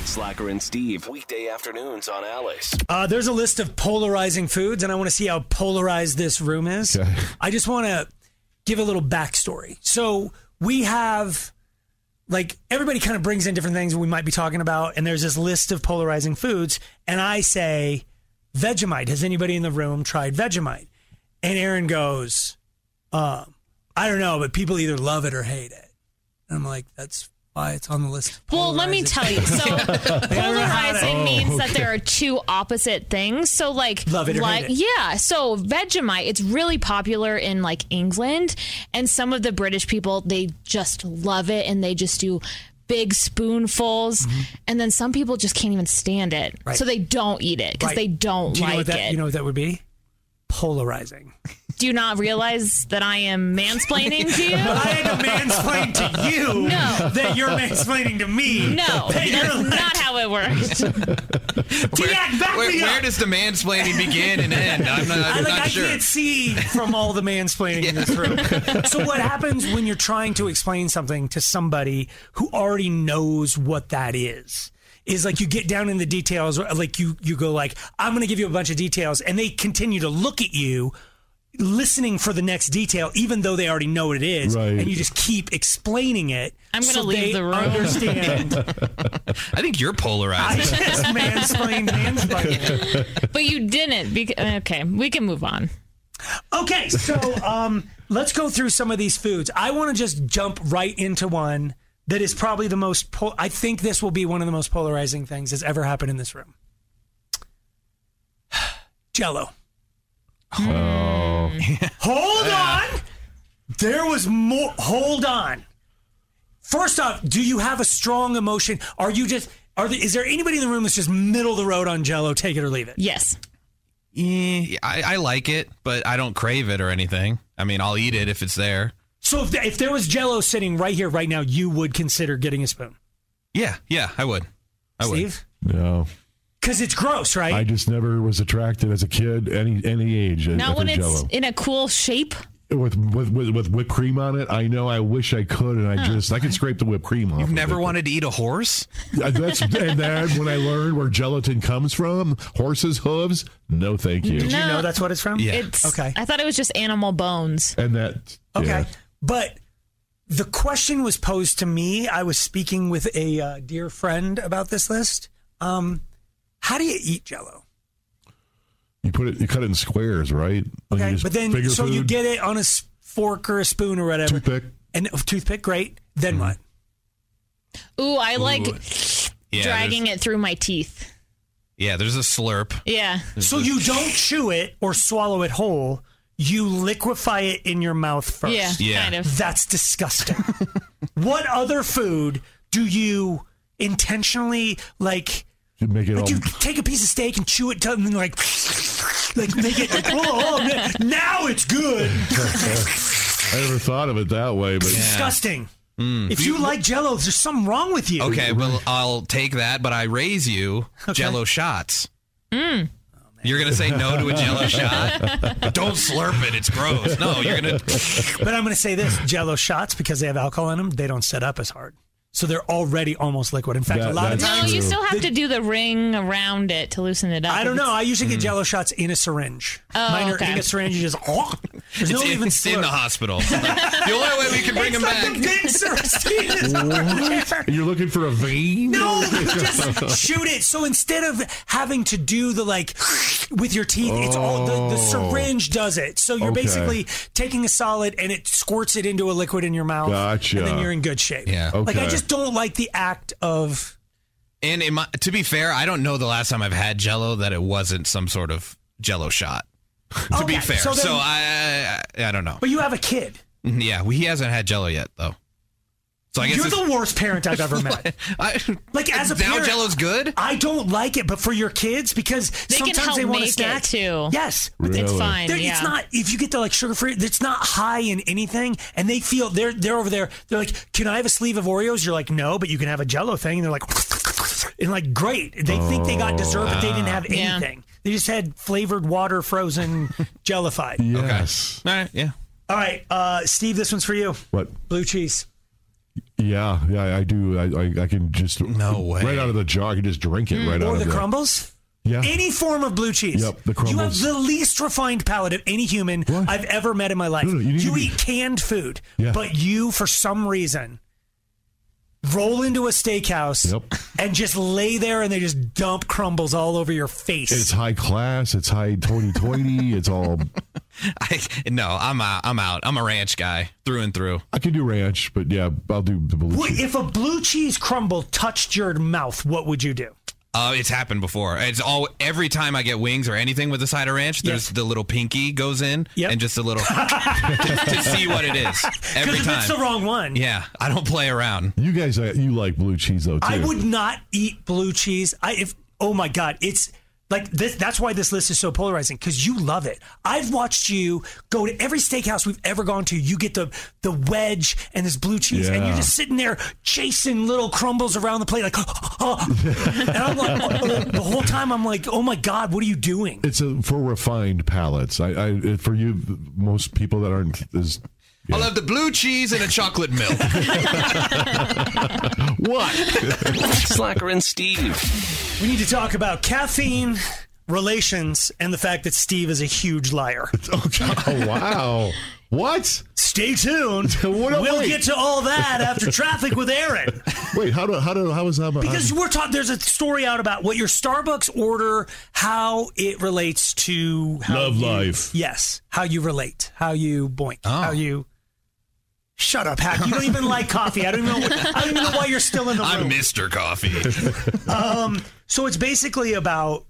Speaker 1: Slacker and Steve, weekday afternoons on Alice.
Speaker 2: Uh, there's a list of polarizing foods, and I want to see how polarized this room is. I just want to give a little backstory. So we have, like, everybody kind of brings in different things we might be talking about, and there's this list of polarizing foods, and I say, Vegemite. Has anybody in the room tried Vegemite? And Aaron goes, um, I don't know, but people either love it or hate it. And I'm like, that's why it's on the list. of
Speaker 12: Well, let me
Speaker 2: polarizing
Speaker 12: tell you. So
Speaker 2: They never had it.
Speaker 12: polarizing means that there are two opposite things. So like
Speaker 2: Love it or
Speaker 12: like
Speaker 2: hate it.
Speaker 12: yeah. So Vegemite, it's really popular in like England and some of the British people they just love it and they just do big spoonfuls and then some people just can't even stand it.
Speaker 2: Mm-hmm. Right.
Speaker 12: So they don't eat it cuz
Speaker 2: Right.
Speaker 12: they don't
Speaker 2: Do you know
Speaker 12: like
Speaker 2: what that,
Speaker 12: it.
Speaker 2: You know what that would be? Polarizing.
Speaker 12: Do you not realize that I am mansplaining to you?
Speaker 2: But I had to mansplain to you
Speaker 12: No.
Speaker 2: that you're mansplaining to me.
Speaker 12: No,
Speaker 2: that you're
Speaker 12: that's not how it works.
Speaker 2: back
Speaker 11: where,
Speaker 2: me up.
Speaker 11: where does the mansplaining begin and end? I'm not,
Speaker 2: I,
Speaker 11: I'm
Speaker 2: like,
Speaker 11: not
Speaker 2: I
Speaker 11: sure.
Speaker 2: can't see from all the mansplaining in this room. So what happens when you're trying to explain something to somebody who already knows what that is? Is like you get down in the details, or like you you go like I'm going to give you a bunch of details, and they continue to look at you listening for the next detail, even though they already know what it is, and you just keep explaining it.
Speaker 12: I'm gonna
Speaker 2: so
Speaker 12: leave
Speaker 2: they
Speaker 12: the room.
Speaker 2: Understand?
Speaker 11: I think you're
Speaker 2: I
Speaker 11: polarizing.
Speaker 2: just mansplained, mansplained.
Speaker 12: but you didn't. Because, okay, we can move on.
Speaker 2: Okay, so um, let's go through some of these foods. I want to just jump right into one that is probably the most. Po- I think this will be one of the most polarizing things that's ever happened in this room. Jello.
Speaker 3: Oh.
Speaker 2: Hold on. There was more. Hold on. First off, do you have a strong emotion? Are you just? Are there, is there anybody in the room that's just middle of the road on Jello? Take it or leave it.
Speaker 12: Yes.
Speaker 11: Eh, I, I like it, but I don't crave it or anything. I mean, I'll eat it if it's there.
Speaker 2: So if, th- if there was Jello sitting right here, right now, you would consider getting a spoon.
Speaker 11: Yeah, yeah, I would. I
Speaker 2: Steve?
Speaker 3: No.
Speaker 2: Because it's gross, right?
Speaker 3: I just never was attracted as a kid, any any age. at-
Speaker 12: Not
Speaker 3: at
Speaker 12: when
Speaker 3: the
Speaker 12: it's
Speaker 3: Jell-O.
Speaker 12: in a cool shape.
Speaker 3: with, with with with whipped cream on it. I know. I wish I could, and I
Speaker 12: Huh.
Speaker 3: just I could scrape the whipped cream off.
Speaker 11: You've
Speaker 3: of
Speaker 11: never
Speaker 3: it.
Speaker 11: wanted to eat a horse?
Speaker 3: Yeah, That's and then when I learned where gelatin comes from, horses' hooves. No, thank you.
Speaker 12: No.
Speaker 2: what it's from?
Speaker 3: Yeah.
Speaker 12: It's, okay. I thought it was just animal bones.
Speaker 3: And that
Speaker 2: Okay. But the question was posed to me. I was speaking with a uh, dear friend about this list. Um, how do you eat jello?
Speaker 3: you put it, you cut it in squares, right? Like you
Speaker 2: Okay.
Speaker 3: just
Speaker 2: But then,
Speaker 3: finger
Speaker 2: so you
Speaker 3: food.
Speaker 2: get it on a s- fork or a spoon or whatever. Toothpick. And oh, toothpick, great. Then what?
Speaker 12: Ooh, I like
Speaker 11: Yeah,
Speaker 12: dragging it through my teeth.
Speaker 11: Yeah, there's a slurp.
Speaker 12: Yeah.
Speaker 2: So you don't chew it or swallow it whole. You liquefy it in your mouth first.
Speaker 12: Yeah, Yeah. kind of.
Speaker 2: That's disgusting. what other food do you intentionally like?
Speaker 3: You make it
Speaker 2: like
Speaker 3: all.
Speaker 2: you take a piece of steak and chew it till- and then like like make it like oh, oh, man, now it's good.
Speaker 3: I never thought of it that way, but
Speaker 2: Disgusting. If you like Jello, there's something wrong with you.
Speaker 11: Mm. Okay, well, I'll take that, but I raise you jello shots.
Speaker 12: Mm.
Speaker 11: You're going to say no to a jello shot? Don't slurp it. It's gross. No, you're going to.
Speaker 2: But I'm going to say this: Jello shots because they have alcohol in them, they don't set up as hard, so they're already almost liquid. In fact, a
Speaker 3: That-
Speaker 2: lot of
Speaker 3: that's
Speaker 2: times
Speaker 12: No, you still
Speaker 2: the-
Speaker 12: have to do the ring around it to loosen it up.
Speaker 2: I don't
Speaker 12: If
Speaker 2: know. I
Speaker 12: it's-
Speaker 2: usually
Speaker 3: Mm.
Speaker 11: Mm.
Speaker 2: get Jello shots in a syringe.
Speaker 12: Oh,
Speaker 2: Mine are
Speaker 12: okay.
Speaker 2: in a syringe. You just oh, there's
Speaker 11: It's,
Speaker 2: no
Speaker 11: in,
Speaker 2: even
Speaker 11: it's in the
Speaker 2: slurp.
Speaker 11: hospital. the only way we can bring
Speaker 2: It's
Speaker 11: him
Speaker 2: like the
Speaker 11: back.
Speaker 2: bits are seen over there.
Speaker 3: What? You're looking for a vein?
Speaker 2: No, just shoot it. So instead of having to do the like with your teeth, it's all the, the
Speaker 3: Oh.
Speaker 2: syringe does it. So you're
Speaker 3: Okay.
Speaker 2: basically taking a solid and it squirts it into a liquid in your mouth.
Speaker 3: Gotcha.
Speaker 2: And then you're in good shape.
Speaker 11: Yeah.
Speaker 2: Like I
Speaker 11: Okay.
Speaker 2: just don't like the act of
Speaker 11: And in my, to be fair, I don't know the last time I've had jello that it wasn't some sort of jello shot. to be
Speaker 2: Okay,
Speaker 11: fair.
Speaker 2: so
Speaker 11: So,
Speaker 2: then-
Speaker 11: I, I I don't know. Mm,
Speaker 2: But you have a kid.
Speaker 11: Yeah, well, he hasn't had jello yet, though. So I guess
Speaker 2: You're
Speaker 11: it's-
Speaker 2: the worst parent I've ever met. like as a
Speaker 11: Now
Speaker 2: parent,
Speaker 11: Jell-O's good.
Speaker 2: I don't like it, but for your kids because
Speaker 12: They can
Speaker 2: sometimes
Speaker 12: help
Speaker 2: they want
Speaker 12: make
Speaker 2: a
Speaker 12: it,
Speaker 2: snack
Speaker 12: too.
Speaker 2: Yes,
Speaker 12: It's Really? fine,
Speaker 2: They're-
Speaker 12: yeah.
Speaker 2: It's not if you get the like sugar free. It's not high in anything, and they feel they're they're over there. They're like, "Can I have a sleeve of Oreos?" You're like, "No," but you can have a Jello thing. And they're like, and like, great. They think they got dessert, but they
Speaker 11: Oh.
Speaker 2: didn't have
Speaker 12: Ah. Yeah.
Speaker 2: anything. They just had flavored water, frozen, jellified.
Speaker 3: Yes.
Speaker 11: All right. Yeah.
Speaker 2: All right, uh, Steve, this one's for you.
Speaker 3: What?
Speaker 2: Blue cheese.
Speaker 3: Yeah, yeah, I do. I, I, I can just no
Speaker 11: way.
Speaker 3: right out of the jar. I can just drink it right out
Speaker 2: Mm. or
Speaker 3: of
Speaker 2: the
Speaker 3: there.
Speaker 2: crumbles.
Speaker 3: Yeah.
Speaker 2: Any form of blue cheese.
Speaker 3: Yep, the
Speaker 2: You have
Speaker 3: crumbles.
Speaker 2: the least refined palate of any human I've ever met in my life.
Speaker 3: No, no,
Speaker 2: you
Speaker 3: you need to be-
Speaker 2: eat canned food,
Speaker 3: Yeah.
Speaker 2: but you, for some reason, roll into a steakhouse and just lay there and they just dump crumbles all over your face.
Speaker 3: It's high class. It's high toity toity. it's all.
Speaker 11: I, no, I'm out. I'm out. I'm a ranch guy through and through.
Speaker 3: I can do ranch, but yeah, I'll do the blue
Speaker 2: What-
Speaker 3: cheese.
Speaker 2: if a blue cheese crumble touched your mouth, what would you do?
Speaker 11: Uh, it's happened before. It's all every time I get wings or anything with a side of ranch. There's the little pinky goes in and just a little just to see what it is every
Speaker 2: Because if
Speaker 11: time.
Speaker 2: it's the wrong one,
Speaker 11: yeah, I don't play around.
Speaker 3: You guys, uh, you like blue cheese though too.
Speaker 2: I would not eat blue cheese. I if oh my god, it's like this. That's why this list is so polarizing because you love it. I've watched you go to every steakhouse we've ever gone to. You get the the wedge and this blue cheese, and you're
Speaker 3: Yeah.
Speaker 2: just sitting there chasing little crumbles around the plate, like. and I'm like the whole time I'm like, oh my god, what are you doing?
Speaker 3: It's a, for refined palates. I, I it- for you, most people that aren't is
Speaker 11: I'll have the blue cheese and a chocolate milk.
Speaker 3: what?
Speaker 1: Slacker and Steve.
Speaker 2: We need to talk about caffeine, relations and the fact that Steve is a huge liar.
Speaker 3: oh, wow. What?
Speaker 2: Stay tuned. we'll get to all that after traffic with Aaron.
Speaker 3: Wait, how do how do how is that?
Speaker 2: Because we're taught there's a story out about what your Starbucks order, how it relates to how
Speaker 3: Love
Speaker 2: you-
Speaker 3: life. Ah.
Speaker 2: Yes, how you relate, how you boink, how you. Shut up, Hack. You don't even like coffee. I don't even know. What, I don't even know why you're still in the room.
Speaker 11: I'm Mr. Coffee.
Speaker 2: um, so it's basically about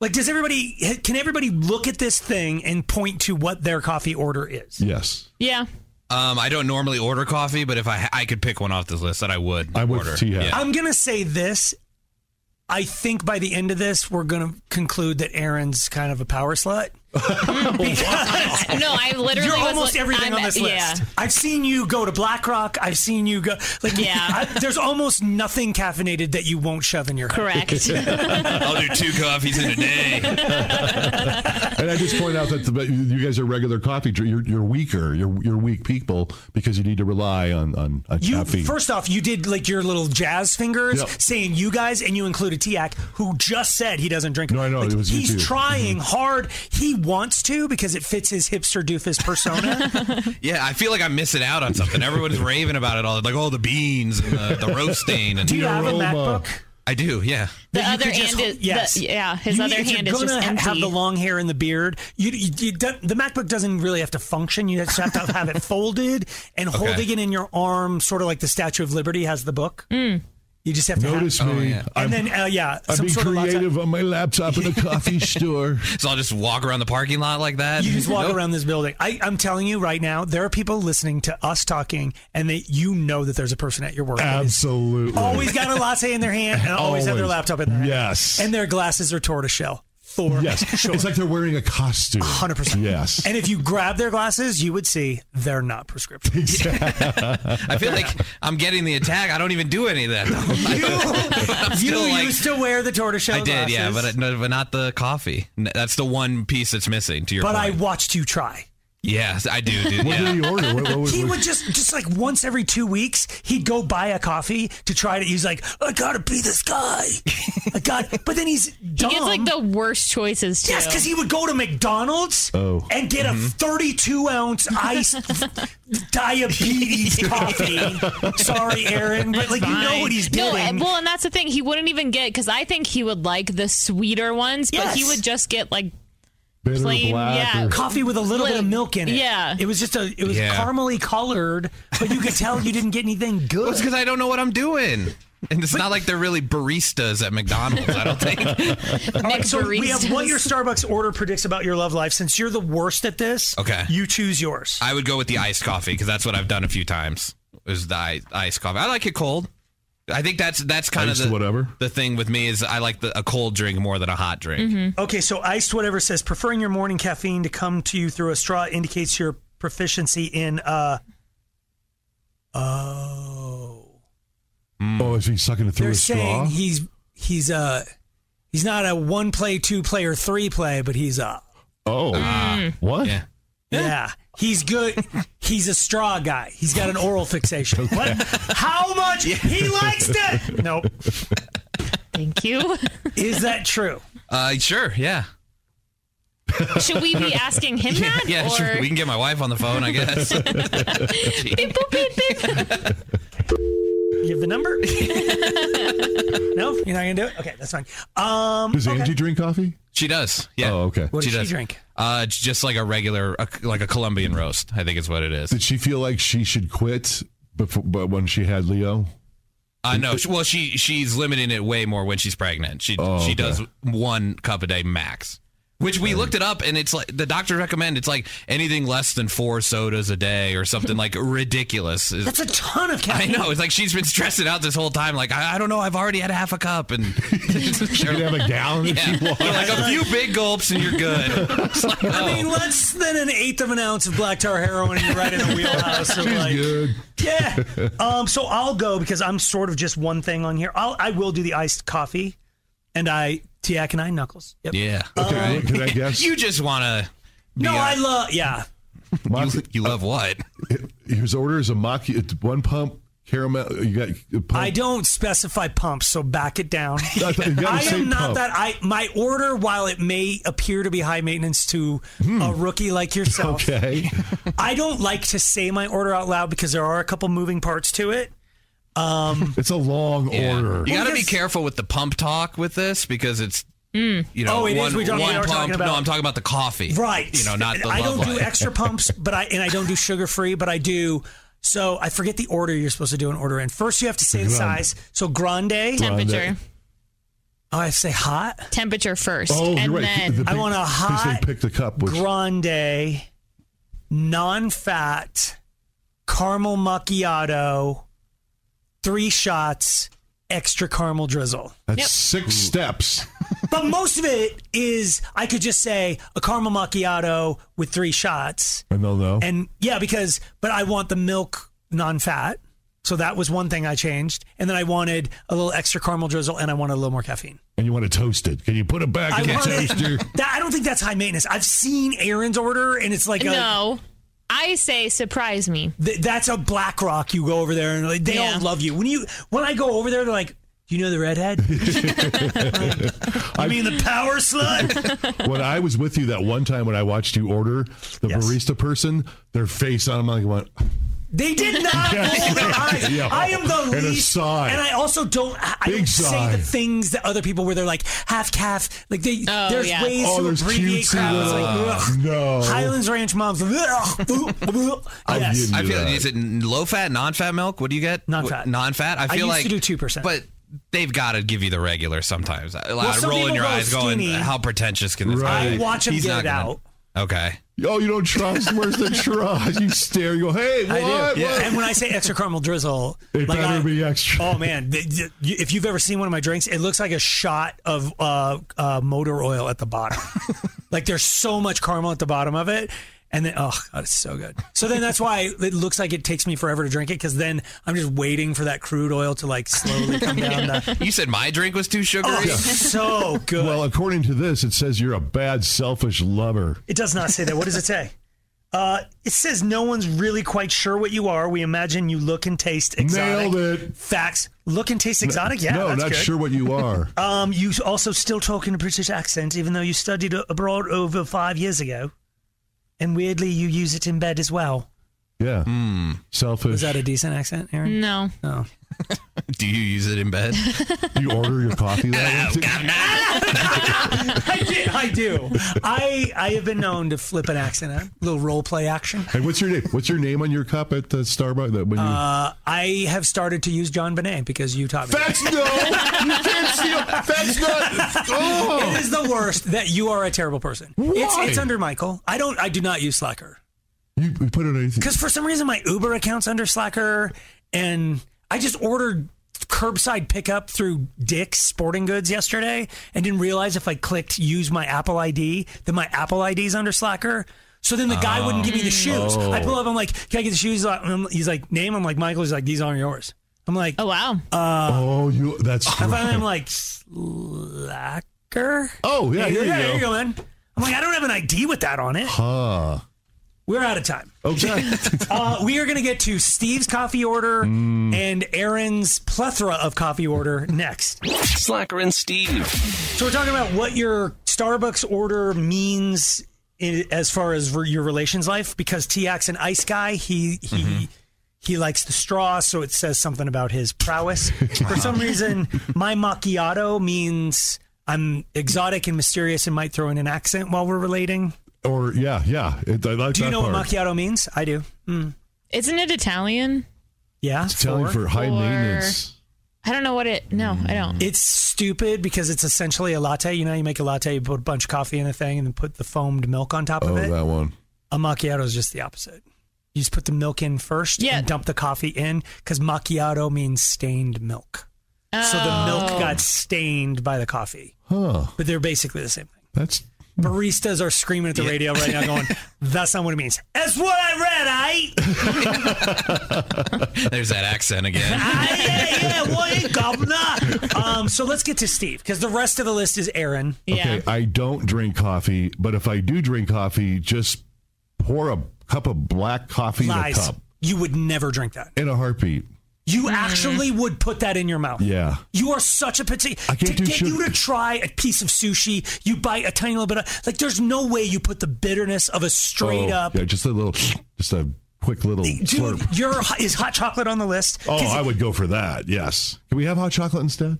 Speaker 2: like, does everybody can everybody look at this thing and point to what their coffee order is?
Speaker 3: Yes.
Speaker 12: Yeah.
Speaker 11: Um, I don't normally order coffee, but if I I could pick one off this list, that I would. I
Speaker 3: would
Speaker 11: order.
Speaker 3: too, yeah.
Speaker 2: I'm gonna say this. I think by the end of this, we're gonna conclude that Aaron's kind of a power slut. Because-
Speaker 12: No, I literally
Speaker 2: You're
Speaker 12: was
Speaker 2: almost
Speaker 12: look-
Speaker 2: everything
Speaker 12: I'm-
Speaker 2: on this
Speaker 12: yeah.
Speaker 2: list. I've seen you go to BlackRock. I've seen you go. Like,
Speaker 12: Yeah.
Speaker 2: I- there's almost nothing caffeinated that you won't shove in your.
Speaker 12: Correct.
Speaker 11: I'll do two coffees in a day.
Speaker 3: And I just point out that the, you guys are regular coffee. dr- You're, you're weaker. You're you're weak people because you need to rely on on, on
Speaker 2: You
Speaker 3: caffeine.
Speaker 2: first off, you did like your little jazz fingers
Speaker 3: Yep.
Speaker 2: saying you guys, and you included Tiak, who just said he doesn't drink. No, I know
Speaker 3: it was Mm-hmm. you
Speaker 2: he's
Speaker 3: too.
Speaker 2: trying hard. He wants to because it fits his hipster doofus persona.
Speaker 11: yeah, I feel like I'm missing out on something. Everyone's raving about it all, like all the beans and the, the roasting. And
Speaker 2: Do you have a Aroma. MacBook?
Speaker 11: I do. Yeah.
Speaker 12: The
Speaker 2: that you
Speaker 12: other
Speaker 2: could just
Speaker 12: hand
Speaker 2: ho-
Speaker 12: is- the- yeah, his
Speaker 2: You-
Speaker 12: other
Speaker 2: if you're
Speaker 12: hand is just
Speaker 2: gonna ha- Have
Speaker 12: empty.
Speaker 2: the long hair and the beard. You, you, you don't, the MacBook doesn't really have to function. You just have to have it folded and
Speaker 3: Okay.
Speaker 2: holding it in your arm, sort of like the Statue of Liberty has the book.
Speaker 12: Mm.
Speaker 2: You just have to
Speaker 3: Notice
Speaker 2: have,
Speaker 12: Oh,
Speaker 3: me. I'm-
Speaker 2: and then uh, yeah,
Speaker 3: I'm
Speaker 2: some
Speaker 3: being
Speaker 2: sort of laptop.
Speaker 3: creative on my laptop in a coffee store.
Speaker 11: So I'll just walk around the parking lot like that.
Speaker 2: You just walk
Speaker 11: Nope.
Speaker 2: around this building. I, I'm telling you right now, there are people listening to us talking, and that you know that there's a person at your work. that is
Speaker 3: Absolutely.
Speaker 2: Always got a latte in their hand, and always, have their
Speaker 3: Always.
Speaker 2: laptop in their hand.
Speaker 3: Yes.
Speaker 2: And their glasses are tortoiseshell. For
Speaker 3: Yes.
Speaker 2: sure.
Speaker 3: It's like they're wearing a costume.
Speaker 2: 100%.
Speaker 3: Yes.
Speaker 2: and if you grab their glasses, you would see they're not prescription.
Speaker 11: I feel like I'm getting the attack. I don't even do any of that. Though. I'm
Speaker 2: you
Speaker 11: still like-
Speaker 2: used to wear the tortoiseshell
Speaker 11: I did, yeah, but,
Speaker 2: glasses,
Speaker 11: it- no, but not the coffee. N- That's the one piece that's missing. To your
Speaker 2: but I
Speaker 11: point.
Speaker 2: watched you try.
Speaker 11: yes, I do, dude.
Speaker 3: What
Speaker 11: yeah.
Speaker 3: did he order? What, what, what,
Speaker 2: he would just just like once every two weeks he'd go buy a coffee to try to he's like i gotta be this guy i got but then he's dumb.
Speaker 12: He gets like the worst choices too.
Speaker 2: yes because he would go to mcdonald's
Speaker 3: Oh.
Speaker 2: and get a 32 ounce iced diabetes coffee sorry aaron but
Speaker 12: It's
Speaker 2: like you know
Speaker 12: fine.
Speaker 2: what he's
Speaker 12: No, uh,
Speaker 2: doing
Speaker 12: well, and that's the thing. He wouldn't even get because I think he would like the sweeter ones, but he
Speaker 2: Yes.
Speaker 12: would just get like
Speaker 3: Bitter
Speaker 12: plain,
Speaker 3: black
Speaker 12: yeah,
Speaker 3: or-
Speaker 2: coffee with a little bit of milk in it
Speaker 12: Yeah.
Speaker 2: it was just a it was
Speaker 11: Yeah.
Speaker 2: caramely colored but you could tell you didn't get anything good
Speaker 11: Well, it's because I don't know what I'm doing, and it's not like they're really baristas at McDonald's. I don't think.
Speaker 2: All right, so we have what your Starbucks order predicts about your love life. Since you're the worst at this,
Speaker 11: Okay.
Speaker 2: you choose yours.
Speaker 11: I would go with the iced coffee because that's what I've done a few times. Is the i- iced coffee? I like it cold. I think that's that's kind
Speaker 3: Iced
Speaker 11: of the
Speaker 3: whatever.
Speaker 11: the thing with me is I like the, a cold drink more than a hot drink.
Speaker 3: Mm-hmm.
Speaker 2: Okay, so iced whatever says preferring your morning caffeine to come to you through a straw indicates your proficiency in uh oh
Speaker 11: Hmm.
Speaker 3: Oh, is he sucking it through
Speaker 2: they're
Speaker 3: a straw?
Speaker 2: saying he's he's uh he's not a one play, two play, or three play, but he's a
Speaker 3: oh,
Speaker 1: Mm.
Speaker 3: what?
Speaker 2: yeah. He's good. He's a straw guy. He's got an oral fixation. What? How much? He likes that. Nope.
Speaker 12: Thank you.
Speaker 2: Is that true?
Speaker 11: Uh, sure, yeah.
Speaker 12: Should we be asking him
Speaker 11: Yeah,
Speaker 12: that?
Speaker 11: yeah,
Speaker 12: or?
Speaker 11: sure. We can get my wife on the phone, I guess.
Speaker 12: Beep, boop, beep, beep.
Speaker 2: You have the number? no, you're not gonna do it. Okay, that's fine. Um,
Speaker 3: Does
Speaker 2: okay.
Speaker 3: Angie drink coffee?
Speaker 11: She does. Yeah.
Speaker 3: Oh, okay.
Speaker 2: What does she
Speaker 11: does.
Speaker 2: drink?
Speaker 11: Uh, it's just like a regular, a, like a Colombian roast. I think is what it is.
Speaker 3: Did she feel like she should quit before, but when she had Leo?
Speaker 11: I know. Well, she she's limiting it way more when she's pregnant. She
Speaker 3: Oh,
Speaker 11: she
Speaker 3: okay.
Speaker 11: does one cup a day max. Which we looked it up, and it's like the doctor recommend it's like anything less than four sodas a day or something like ridiculous. Is-
Speaker 2: That's a ton of
Speaker 11: I
Speaker 2: caffeine.
Speaker 11: know. It's like she's been stressing out this whole time. Like I, I don't know. I've already had half a cup, and she
Speaker 3: could have a gallon if she wanted.
Speaker 11: Like a few big gulps, and you're good. It's like,
Speaker 2: I
Speaker 11: no.
Speaker 3: Oh.
Speaker 2: mean, less than an eighth of an ounce of black tar heroin, and you're right in the wheelhouse of
Speaker 3: She's
Speaker 2: like,
Speaker 3: good.
Speaker 2: yeah. Um, so I'll go because I'm sort of just one thing on here. I'll I will do the iced coffee, and I Tiak and I knuckles. Yep.
Speaker 11: Yeah.
Speaker 3: Okay, can I guess?
Speaker 11: You just want
Speaker 2: Uh,
Speaker 11: to.
Speaker 2: No, I love yeah.
Speaker 3: My-
Speaker 11: You, you love what?
Speaker 3: his order is a macchiato, one pump Caramel. You got.
Speaker 2: I don't specify pumps, so back it down.
Speaker 3: I thought you gotta
Speaker 2: I
Speaker 3: say
Speaker 2: am not
Speaker 3: pump.
Speaker 2: that. I my order, while it may appear to be high maintenance to a rookie like yourself,
Speaker 3: Hmm. Okay.
Speaker 2: I don't like to say my order out loud because there are a couple moving parts to it. Um,
Speaker 3: it's a long
Speaker 11: Yeah. You got to be
Speaker 2: because-
Speaker 11: careful with the pump talk with this because it's you know
Speaker 2: Oh, it is.
Speaker 11: one,
Speaker 2: We don't- we
Speaker 11: one
Speaker 2: are
Speaker 11: pump.
Speaker 2: talking about-
Speaker 11: no, I'm talking about the coffee.
Speaker 2: Right.
Speaker 11: You know, not the
Speaker 2: I
Speaker 11: love
Speaker 2: don't do
Speaker 11: life.
Speaker 2: extra pumps, but I and I don't do sugar free, but I do. So I forget the order you're supposed to do an order in. First, you have to say the
Speaker 3: Grande.
Speaker 2: size. So grande,
Speaker 12: Temperature.
Speaker 2: Oh, I say hot.
Speaker 12: Temperature first.
Speaker 3: Oh, you're
Speaker 12: and
Speaker 3: right.
Speaker 12: then
Speaker 3: The
Speaker 2: I want a
Speaker 3: because
Speaker 2: hot
Speaker 3: They pick the cup. Which,
Speaker 2: grande, non-fat, caramel macchiato, three shots, extra caramel drizzle.
Speaker 3: that's six steps.
Speaker 2: but most of it is I could just say a caramel macchiato with three shots.
Speaker 3: And they'll know.
Speaker 2: And yeah, because but I want the milk non-fat. So that was one thing I changed. And then I wanted a little extra caramel drizzle and I wanted a little more caffeine.
Speaker 3: And you want it toasted. Can you put it back
Speaker 2: I
Speaker 3: in the
Speaker 2: wanted-
Speaker 3: toaster?
Speaker 2: that, I don't think that's high maintenance. I've seen Aaron's order and it's like a,
Speaker 12: no. I say surprise me.
Speaker 2: Th- that's a black rock you go over there and like, they all love you when you when i go over there they're like do you know the redhead i mean the power slut
Speaker 3: when I was with you that one time when I watched you order the barista person, their face on them, I went,
Speaker 2: they did not roll their eyes.
Speaker 3: Yeah.
Speaker 2: i am the
Speaker 3: And a
Speaker 2: least
Speaker 3: sigh.
Speaker 2: and i also don't i I
Speaker 3: Big
Speaker 2: don't say
Speaker 3: sigh.
Speaker 2: the things that other people where they're like half calf like they there's
Speaker 12: yeah.
Speaker 2: ways
Speaker 3: oh,
Speaker 2: to
Speaker 3: there's
Speaker 2: abbreviate
Speaker 3: cutesy
Speaker 2: crap It's
Speaker 3: little. uh,
Speaker 2: like, ugh.
Speaker 3: no.
Speaker 2: highlands ranch moms yes
Speaker 11: I feel is it low fat, non fat milk? What do you get?
Speaker 2: Non-fat.
Speaker 11: Non fat. I
Speaker 2: I
Speaker 11: feel
Speaker 2: used
Speaker 11: like
Speaker 2: to do 2%.
Speaker 11: but they've got to give you the regular sometimes. Like,
Speaker 2: Well, some
Speaker 11: rolling
Speaker 2: people
Speaker 11: your
Speaker 2: go
Speaker 11: eyes,
Speaker 2: skinny.
Speaker 11: going, how pretentious can this
Speaker 3: Right.
Speaker 11: be?
Speaker 3: I
Speaker 2: watch 'em
Speaker 11: He's
Speaker 2: get
Speaker 11: not
Speaker 2: it
Speaker 11: gonna-
Speaker 2: out.
Speaker 11: Okay.
Speaker 3: Oh, you don't trust? Where's the trust? You stare. You go, hey, what?
Speaker 2: I do.
Speaker 3: what?
Speaker 2: And when I say extra caramel drizzle,
Speaker 3: It
Speaker 2: like
Speaker 3: better
Speaker 2: I-
Speaker 3: be extra.
Speaker 2: Oh man, Th- th- you- if you've ever seen one of my drinks, it looks like a shot of uh, uh, motor oil at the bottom. like there's so much caramel at the bottom of it. And then, oh, God, it's so good. So then that's why it looks like it takes me forever to drink it because then I'm just waiting for that crude oil to like slowly come down. The,
Speaker 11: you said my drink was too sugary.
Speaker 2: oh, it's so good.
Speaker 3: Well, according to this, it says you're a bad, selfish lover.
Speaker 2: It does not say that. What does it say? Uh, it says no one's really quite sure what you are. We imagine you look and taste exotic.
Speaker 3: Nailed it.
Speaker 2: Facts. Look and taste exotic. Yeah,
Speaker 3: no,
Speaker 2: that's
Speaker 3: not
Speaker 2: good.
Speaker 3: sure what you are.
Speaker 2: Um, you also still talk in a British accent, even though you studied abroad over five years ago, and weirdly you use it in bed as well.
Speaker 3: Yeah,
Speaker 2: Hmm.
Speaker 3: selfish.
Speaker 2: Was that a decent accent, Aaron? Oh.
Speaker 12: No.
Speaker 2: No.
Speaker 11: Do you use it in bed?
Speaker 3: Do you order your coffee that way?
Speaker 2: I, do, I do. I I have been known to flip an accent, out. little role play action.
Speaker 3: Hey, what's your name? What's your name on your cup at the Starbucks? That when you
Speaker 2: Uh, I have started to use John Bonet because you taught me.
Speaker 3: That's no. You can't see. A, that's not. Oh.
Speaker 2: It is the worst that you are a terrible person. It's,
Speaker 3: Why?
Speaker 2: it's under Michael. I don't. I do not use Slacker
Speaker 3: You, you put it on anything.
Speaker 2: because for some reason my Uber account's under Slacker, and I just ordered curbside pickup through Dick's Sporting Goods yesterday, and didn't realize if I clicked use my Apple ID that my Apple ID's under Slacker. So then the guy wouldn't give me the shoes.
Speaker 3: Oh.
Speaker 2: I pull up. I'm like, "Can I get the shoes?" He's like- I'm- He's like, "Name." I'm like, "Michael." He's like, "These aren't yours." I'm like, uh,
Speaker 12: Oh wow.
Speaker 3: oh, you. That's.
Speaker 2: I
Speaker 3: right.
Speaker 2: finally am like, slacker?
Speaker 3: Oh, yeah, here you
Speaker 2: yeah,
Speaker 3: go.
Speaker 2: Here you go, man. I'm like, I don't have an ID with that on it.
Speaker 3: Huh.
Speaker 2: We're out of time.
Speaker 3: Okay.
Speaker 2: Uh, we are going to get to Steve's coffee order
Speaker 3: Mm.
Speaker 2: and Aaron's plethora of coffee order next.
Speaker 1: Slacker and Steve.
Speaker 2: So we're talking about what your Starbucks order means in, as far as re- your relations life because TX an ice guy he he
Speaker 3: Mm-hmm.
Speaker 2: he likes the straw so it says something about his prowess. For some reason my macchiato means I'm exotic and mysterious and might throw in an accent while we're relating.
Speaker 3: or yeah, yeah. It, I like
Speaker 2: Do you
Speaker 3: that
Speaker 2: know
Speaker 3: part.
Speaker 2: what macchiato means? I do. Mm.
Speaker 12: Isn't it Italian?
Speaker 2: Yeah.
Speaker 3: It's telling for high
Speaker 12: Or-
Speaker 3: maintenance.
Speaker 12: I don't know what it. No, I don't.
Speaker 2: It's stupid because it's essentially a latte. You know, how you make a latte, you put a bunch of coffee in a thing and then put the foamed milk on top
Speaker 3: Oh,
Speaker 2: of it.
Speaker 3: that one.
Speaker 2: A macchiato is just the opposite. You just put the milk in first
Speaker 12: Yeah.
Speaker 2: and dump the coffee in because macchiato means stained milk. So the milk
Speaker 12: Oh.
Speaker 2: got stained by the coffee.
Speaker 3: Huh.
Speaker 2: But they're basically the same thing.
Speaker 3: That's
Speaker 2: Baristas are screaming at the radio right now, going, That's not what it means. That's what I read, I.
Speaker 11: There's that accent again.
Speaker 2: yeah, yeah, what, you governor? Um, so let's get to Steve because the rest of the list is Aaron.
Speaker 12: Yeah.
Speaker 3: Okay, I don't drink coffee, but if I do drink coffee, just pour a cup of black coffee
Speaker 2: Lies.
Speaker 3: in a cup
Speaker 2: You would never drink that.
Speaker 3: in a heartbeat.
Speaker 2: You actually would put that in your mouth.
Speaker 3: Yeah.
Speaker 2: You are such a petite.
Speaker 3: I can't
Speaker 2: to
Speaker 3: do
Speaker 2: get
Speaker 3: sugar.
Speaker 2: you to try a piece of sushi, you bite a tiny little bit of. Like, there's no way you put the bitterness of a straight
Speaker 3: Oh,
Speaker 2: up.
Speaker 3: Yeah, just a little, just a quick little
Speaker 2: Dude,
Speaker 3: slurp.
Speaker 2: your is hot chocolate on the list?
Speaker 3: Oh,
Speaker 2: 'Cause
Speaker 3: I would go for that. Yes. Can we have hot chocolate instead?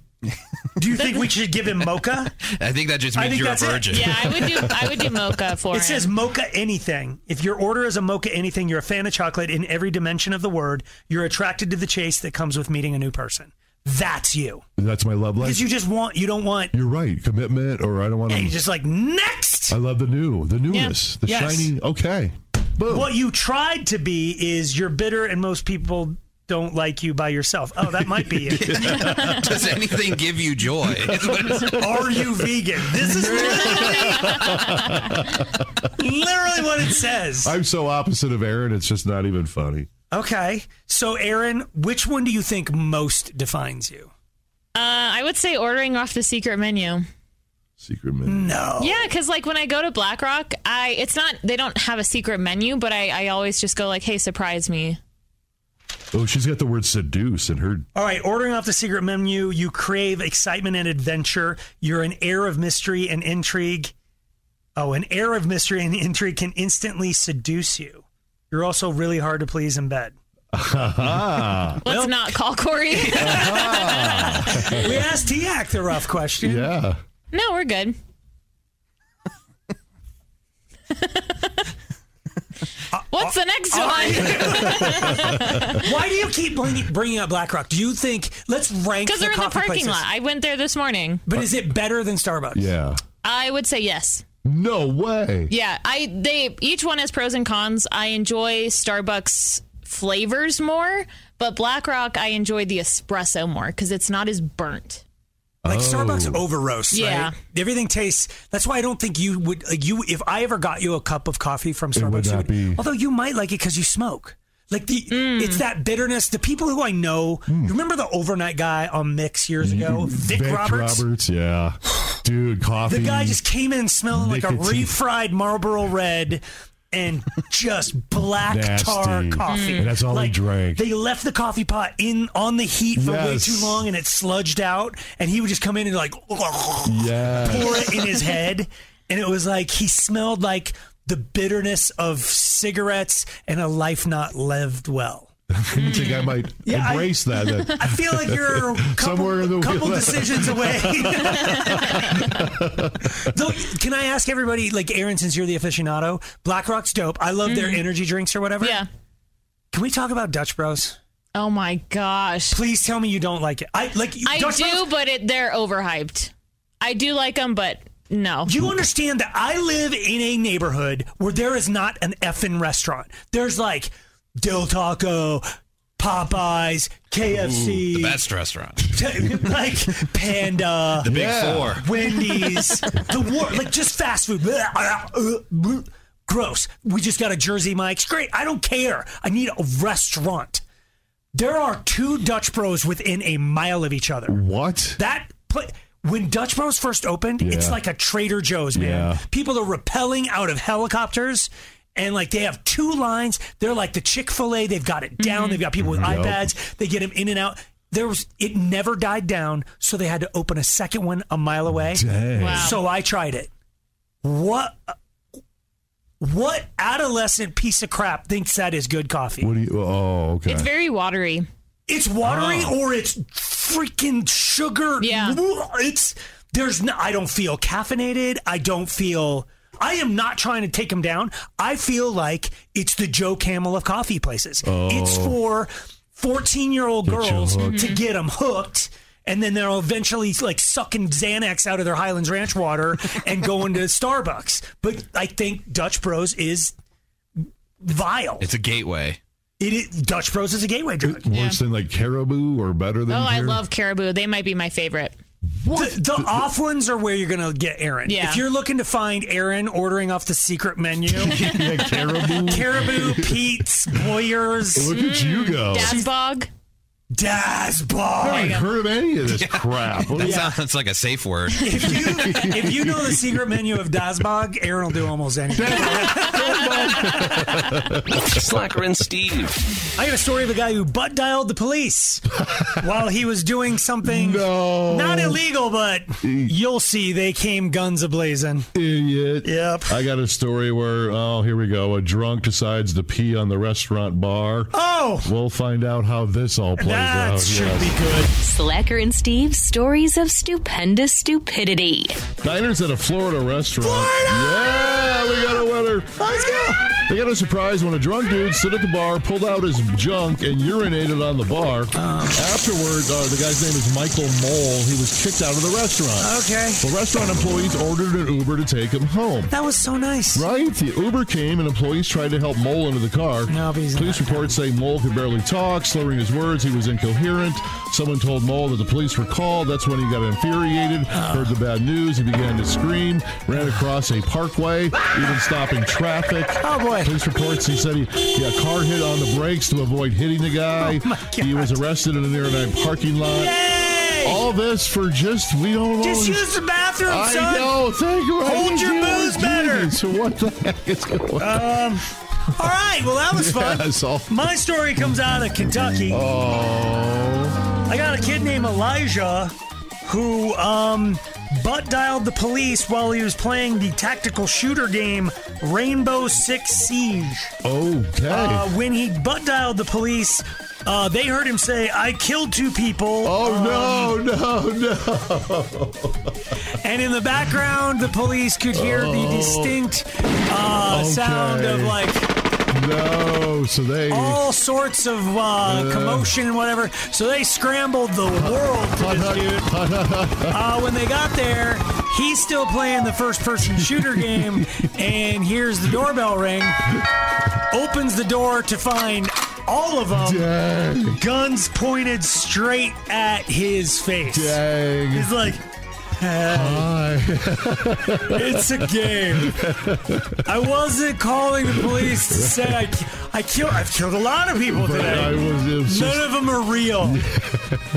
Speaker 2: Do you think we should give him mocha?
Speaker 11: I think that just
Speaker 2: I
Speaker 11: means
Speaker 2: think
Speaker 11: you're a
Speaker 2: that's it.
Speaker 11: virgin.
Speaker 2: Yeah,
Speaker 12: I would do I would do mocha for
Speaker 2: it says mocha anything. If your order is a mocha anything, you're a fan of chocolate in every dimension of the word. You're attracted to the chase that comes with meeting a new person. That's you.
Speaker 3: That's my love life.
Speaker 2: Because you just want, you don't want.
Speaker 3: You're right. Commitment, or I don't want
Speaker 2: Yeah,
Speaker 3: to.
Speaker 2: you're just like next.
Speaker 3: I love the new, the newness, the
Speaker 2: Yes.
Speaker 3: shiny. Okay.
Speaker 2: What you tried to be is you're bitter, and most people don't like you by yourself. Oh, that might be you.
Speaker 11: Does anything give you joy? Is what it's-
Speaker 2: Are you vegan? This is literally what it says.
Speaker 3: I'm so opposite of Aaron. It's just not even funny.
Speaker 2: Okay, so Aaron, which one do you think most defines you?
Speaker 12: Uh, I would say ordering off the secret menu.
Speaker 3: Secret menu.
Speaker 2: No.
Speaker 12: Yeah, because like when I go to BlackRock, I it's not they don't have a secret menu, but I, I always just go like, hey, surprise me.
Speaker 3: Oh, she's got the word seduce in her.
Speaker 2: All right, ordering off the secret menu, you crave excitement and adventure. You're an air of mystery and intrigue. Oh, an air of mystery and intrigue can instantly seduce you. You're also really hard to please in bed.
Speaker 3: Ah.
Speaker 12: Let's not call Corey.
Speaker 2: we asked TAC the rough question.
Speaker 3: Yeah.
Speaker 12: no, we're good. What's the next one?
Speaker 2: Why do you keep bringing, bringing up BlackRock? Do you think let's rank?
Speaker 12: Because they're in the
Speaker 2: coffee
Speaker 12: parking
Speaker 2: places.
Speaker 12: lot. I went there this morning.
Speaker 2: But is it better than Starbucks?
Speaker 3: Yeah.
Speaker 12: I would say yes.
Speaker 3: No way.
Speaker 12: Yeah, I they each one has pros and cons. I enjoy Starbucks flavors more, but BlackRock I enjoy the espresso more because it's not as burnt.
Speaker 2: Like
Speaker 12: Oh.
Speaker 2: Starbucks over roasts,
Speaker 12: Yeah.
Speaker 2: right? Everything tastes. That's why I don't think you would like you. If I ever got you a cup of coffee from
Speaker 3: It
Speaker 2: Starbucks,
Speaker 3: would
Speaker 2: you
Speaker 3: not be-
Speaker 2: although you might like it because you smoke. Like the, it's that bitterness. The people who I know, you remember the overnight guy on Mix years ago, Vic,
Speaker 3: Mm. Mm-hmm. Vic
Speaker 2: Roberts.
Speaker 3: yeah. Dude, coffee.
Speaker 2: The guy just came in smelling like a
Speaker 3: Nicotine.
Speaker 2: refried Marlboro Red and just black tar
Speaker 3: Nasty.
Speaker 2: coffee.
Speaker 3: And that's all he
Speaker 2: like,
Speaker 3: drank.
Speaker 2: They left the coffee pot in on the heat for way
Speaker 3: Yes.
Speaker 2: too long, and it sludged out. And he would just come in and like
Speaker 3: Yes.
Speaker 2: pour it in his head, and it was like he smelled like the bitterness of cigarettes and a life not lived well. Hmm.
Speaker 3: you think I might
Speaker 2: Yeah, I-
Speaker 3: embrace that? Then.
Speaker 2: I feel like you're a couple,
Speaker 3: somewhere in the
Speaker 2: couple
Speaker 3: wheel-
Speaker 2: decisions away. Though, can I ask everybody, like Aaron, since you're the aficionado, BlackRock's dope. I love
Speaker 12: Mm.
Speaker 2: their energy drinks or whatever. Yeah. Can we talk about Dutch Bros?
Speaker 12: Oh my gosh!
Speaker 2: Please tell me you don't like it. I like
Speaker 12: I
Speaker 2: Dutch
Speaker 12: do,
Speaker 2: Bros.
Speaker 12: but it, they're overhyped. I do like them, but no.
Speaker 2: You understand that I live in a neighborhood where there is not an effing restaurant. There's like Del Taco, Popeyes, KFC,
Speaker 11: Ooh, the best restaurant.
Speaker 2: like Panda,
Speaker 11: The Big Yeah. Four.
Speaker 2: Wendy's, the war, like just fast food. Blah, blah, blah, blah. Gross. We just got a Jersey Mike's. Great. I don't care. I need a restaurant. There are two Dutch Bros within a mile of each other.
Speaker 3: What?
Speaker 2: That pla when Dutch Bros first opened, it's
Speaker 3: Yeah.
Speaker 2: like a Trader Joe's, man.
Speaker 3: Yeah.
Speaker 2: People are rappelling out of helicopters. And like they have two lines, they're like the Chick Fil A. They've got it
Speaker 11: Mm-hmm.
Speaker 2: down. They've got people with
Speaker 3: Yep.
Speaker 2: iPads. They get them in and out. There was it never died down, so they had to open a second one a mile away.
Speaker 3: Dang. Wow.
Speaker 2: So I tried it. What? What adolescent piece of crap thinks that is good coffee?
Speaker 3: What do you? Oh, okay. Oh.
Speaker 12: It's very watery.
Speaker 2: It's watery or it's freaking sugar. Yeah. It's there's no I don't feel caffeinated. I don't feel I am not trying to take them down. I feel like it's the Joe Camel of coffee places.
Speaker 3: Oh.
Speaker 2: It's for 14-year-old
Speaker 3: Get you
Speaker 2: girls
Speaker 3: hooked.
Speaker 2: to get them hooked. And then they'll eventually like sucking Xanax out of their Highlands Ranch water and going to Starbucks. But I think Dutch Bros is vile.
Speaker 11: It's a gateway.
Speaker 2: It is, Dutch Bros is a gateway drug.
Speaker 3: Worse than like caribou or better
Speaker 12: Oh,
Speaker 3: than.
Speaker 12: I
Speaker 3: here?
Speaker 12: love caribou. They might be my favorite.
Speaker 2: The, the off ones are where you're going to get Aaron.
Speaker 12: Yeah.
Speaker 2: If you're looking to find Aaron ordering off the secret menu,
Speaker 3: caribou,
Speaker 2: caribou, Pete's, Boyer's, Oh.
Speaker 3: Look at you go.
Speaker 12: Dazbog.
Speaker 2: Das Bar.
Speaker 3: I haven't heard of any of this crap.
Speaker 11: That sounds like a safe word.
Speaker 2: if you know the secret menu of Dasbog, Aaron will do almost anything.
Speaker 1: Slacker and Steve.
Speaker 2: I have a story of a guy who butt dialed the police while he was doing something not illegal, but you'll see they came guns a blazing.
Speaker 3: Idiot.
Speaker 2: Yep.
Speaker 3: I got a story where, oh, here we go. A drunk decides to pee on the restaurant bar.
Speaker 2: Oh!
Speaker 3: We'll find out how this all plays
Speaker 2: That
Speaker 3: out.
Speaker 2: should
Speaker 3: yes.
Speaker 2: be good.
Speaker 19: Slacker and Steve's stories of stupendous stupidity.
Speaker 3: Diners at a Florida restaurant. Yeah, we got a winner. Let's go. They got a surprise when a drunk dude stood at the bar, pulled out his junk, and urinated on the bar. Afterward, uh, the guy's name is Michael Mole. He was kicked out of the restaurant.
Speaker 2: Okay.
Speaker 3: The restaurant employees ordered an Uber to take him home.
Speaker 2: That was so nice.
Speaker 3: Right? The Uber came, and employees tried to help Mole into the car. No, police reports say Mole could barely talk, slurring his words. He was incoherent. Someone told Mole that the police were called. That's when he got infuriated, heard the bad news. He began to scream, ran across a parkway, even stopping traffic.
Speaker 2: Oh, boy.
Speaker 3: Police reports he said he yeah, car hit on the brakes to avoid hitting the guy.
Speaker 2: Oh,
Speaker 3: He was arrested in a nearby parking lot. All this for just, we don't
Speaker 2: Just
Speaker 3: always-
Speaker 2: use the bathroom,
Speaker 3: I
Speaker 2: son.
Speaker 3: know, thank you. I
Speaker 2: Hold your
Speaker 3: do.
Speaker 2: booze better.
Speaker 3: So what the heck is going on?
Speaker 2: Um, all right. Well, that was fun.
Speaker 3: Yeah, so-
Speaker 2: My story comes out of Kentucky.
Speaker 3: Oh.
Speaker 2: I got a kid named Elijah who um, butt dialed the police while he was playing the tactical shooter game Rainbow Six Siege.
Speaker 3: Okay.
Speaker 2: Uh, when he butt dialed the police, uh, they heard him say, I killed two people.
Speaker 3: Oh,
Speaker 2: Um,
Speaker 3: no, no, no.
Speaker 2: And in the background, the police could hear the distinct uh,
Speaker 3: Okay.
Speaker 2: sound of like
Speaker 3: No, so they.
Speaker 2: all sorts of uh, commotion and whatever. So they scrambled the world to this dude. Uh, when they got there, he's still playing the first person shooter game and hears the doorbell ring, opens the door to find all of them guns pointed straight at his face.
Speaker 3: Dang.
Speaker 2: He's like, "Hey." Uh, it's a game. I wasn't calling the police to say I, I killed. I've killed a lot of people
Speaker 3: But
Speaker 2: today.
Speaker 3: I was- it was
Speaker 2: None
Speaker 3: just-
Speaker 2: of them are real.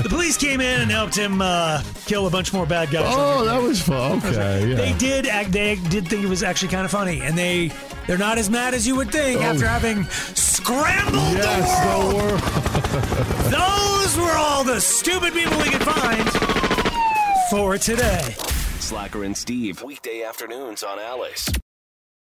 Speaker 2: the police came in and helped him uh, kill a bunch more bad guys.
Speaker 3: Oh, that was fun. Okay, yeah.
Speaker 2: They did. Act, they did think it was actually kind of funny, and they they're not as mad as you would think
Speaker 3: Oh.
Speaker 2: after having scrambled the world. Those were all the stupid people we could find for today.
Speaker 1: Slacker and Steve. Weekday afternoons on Alice.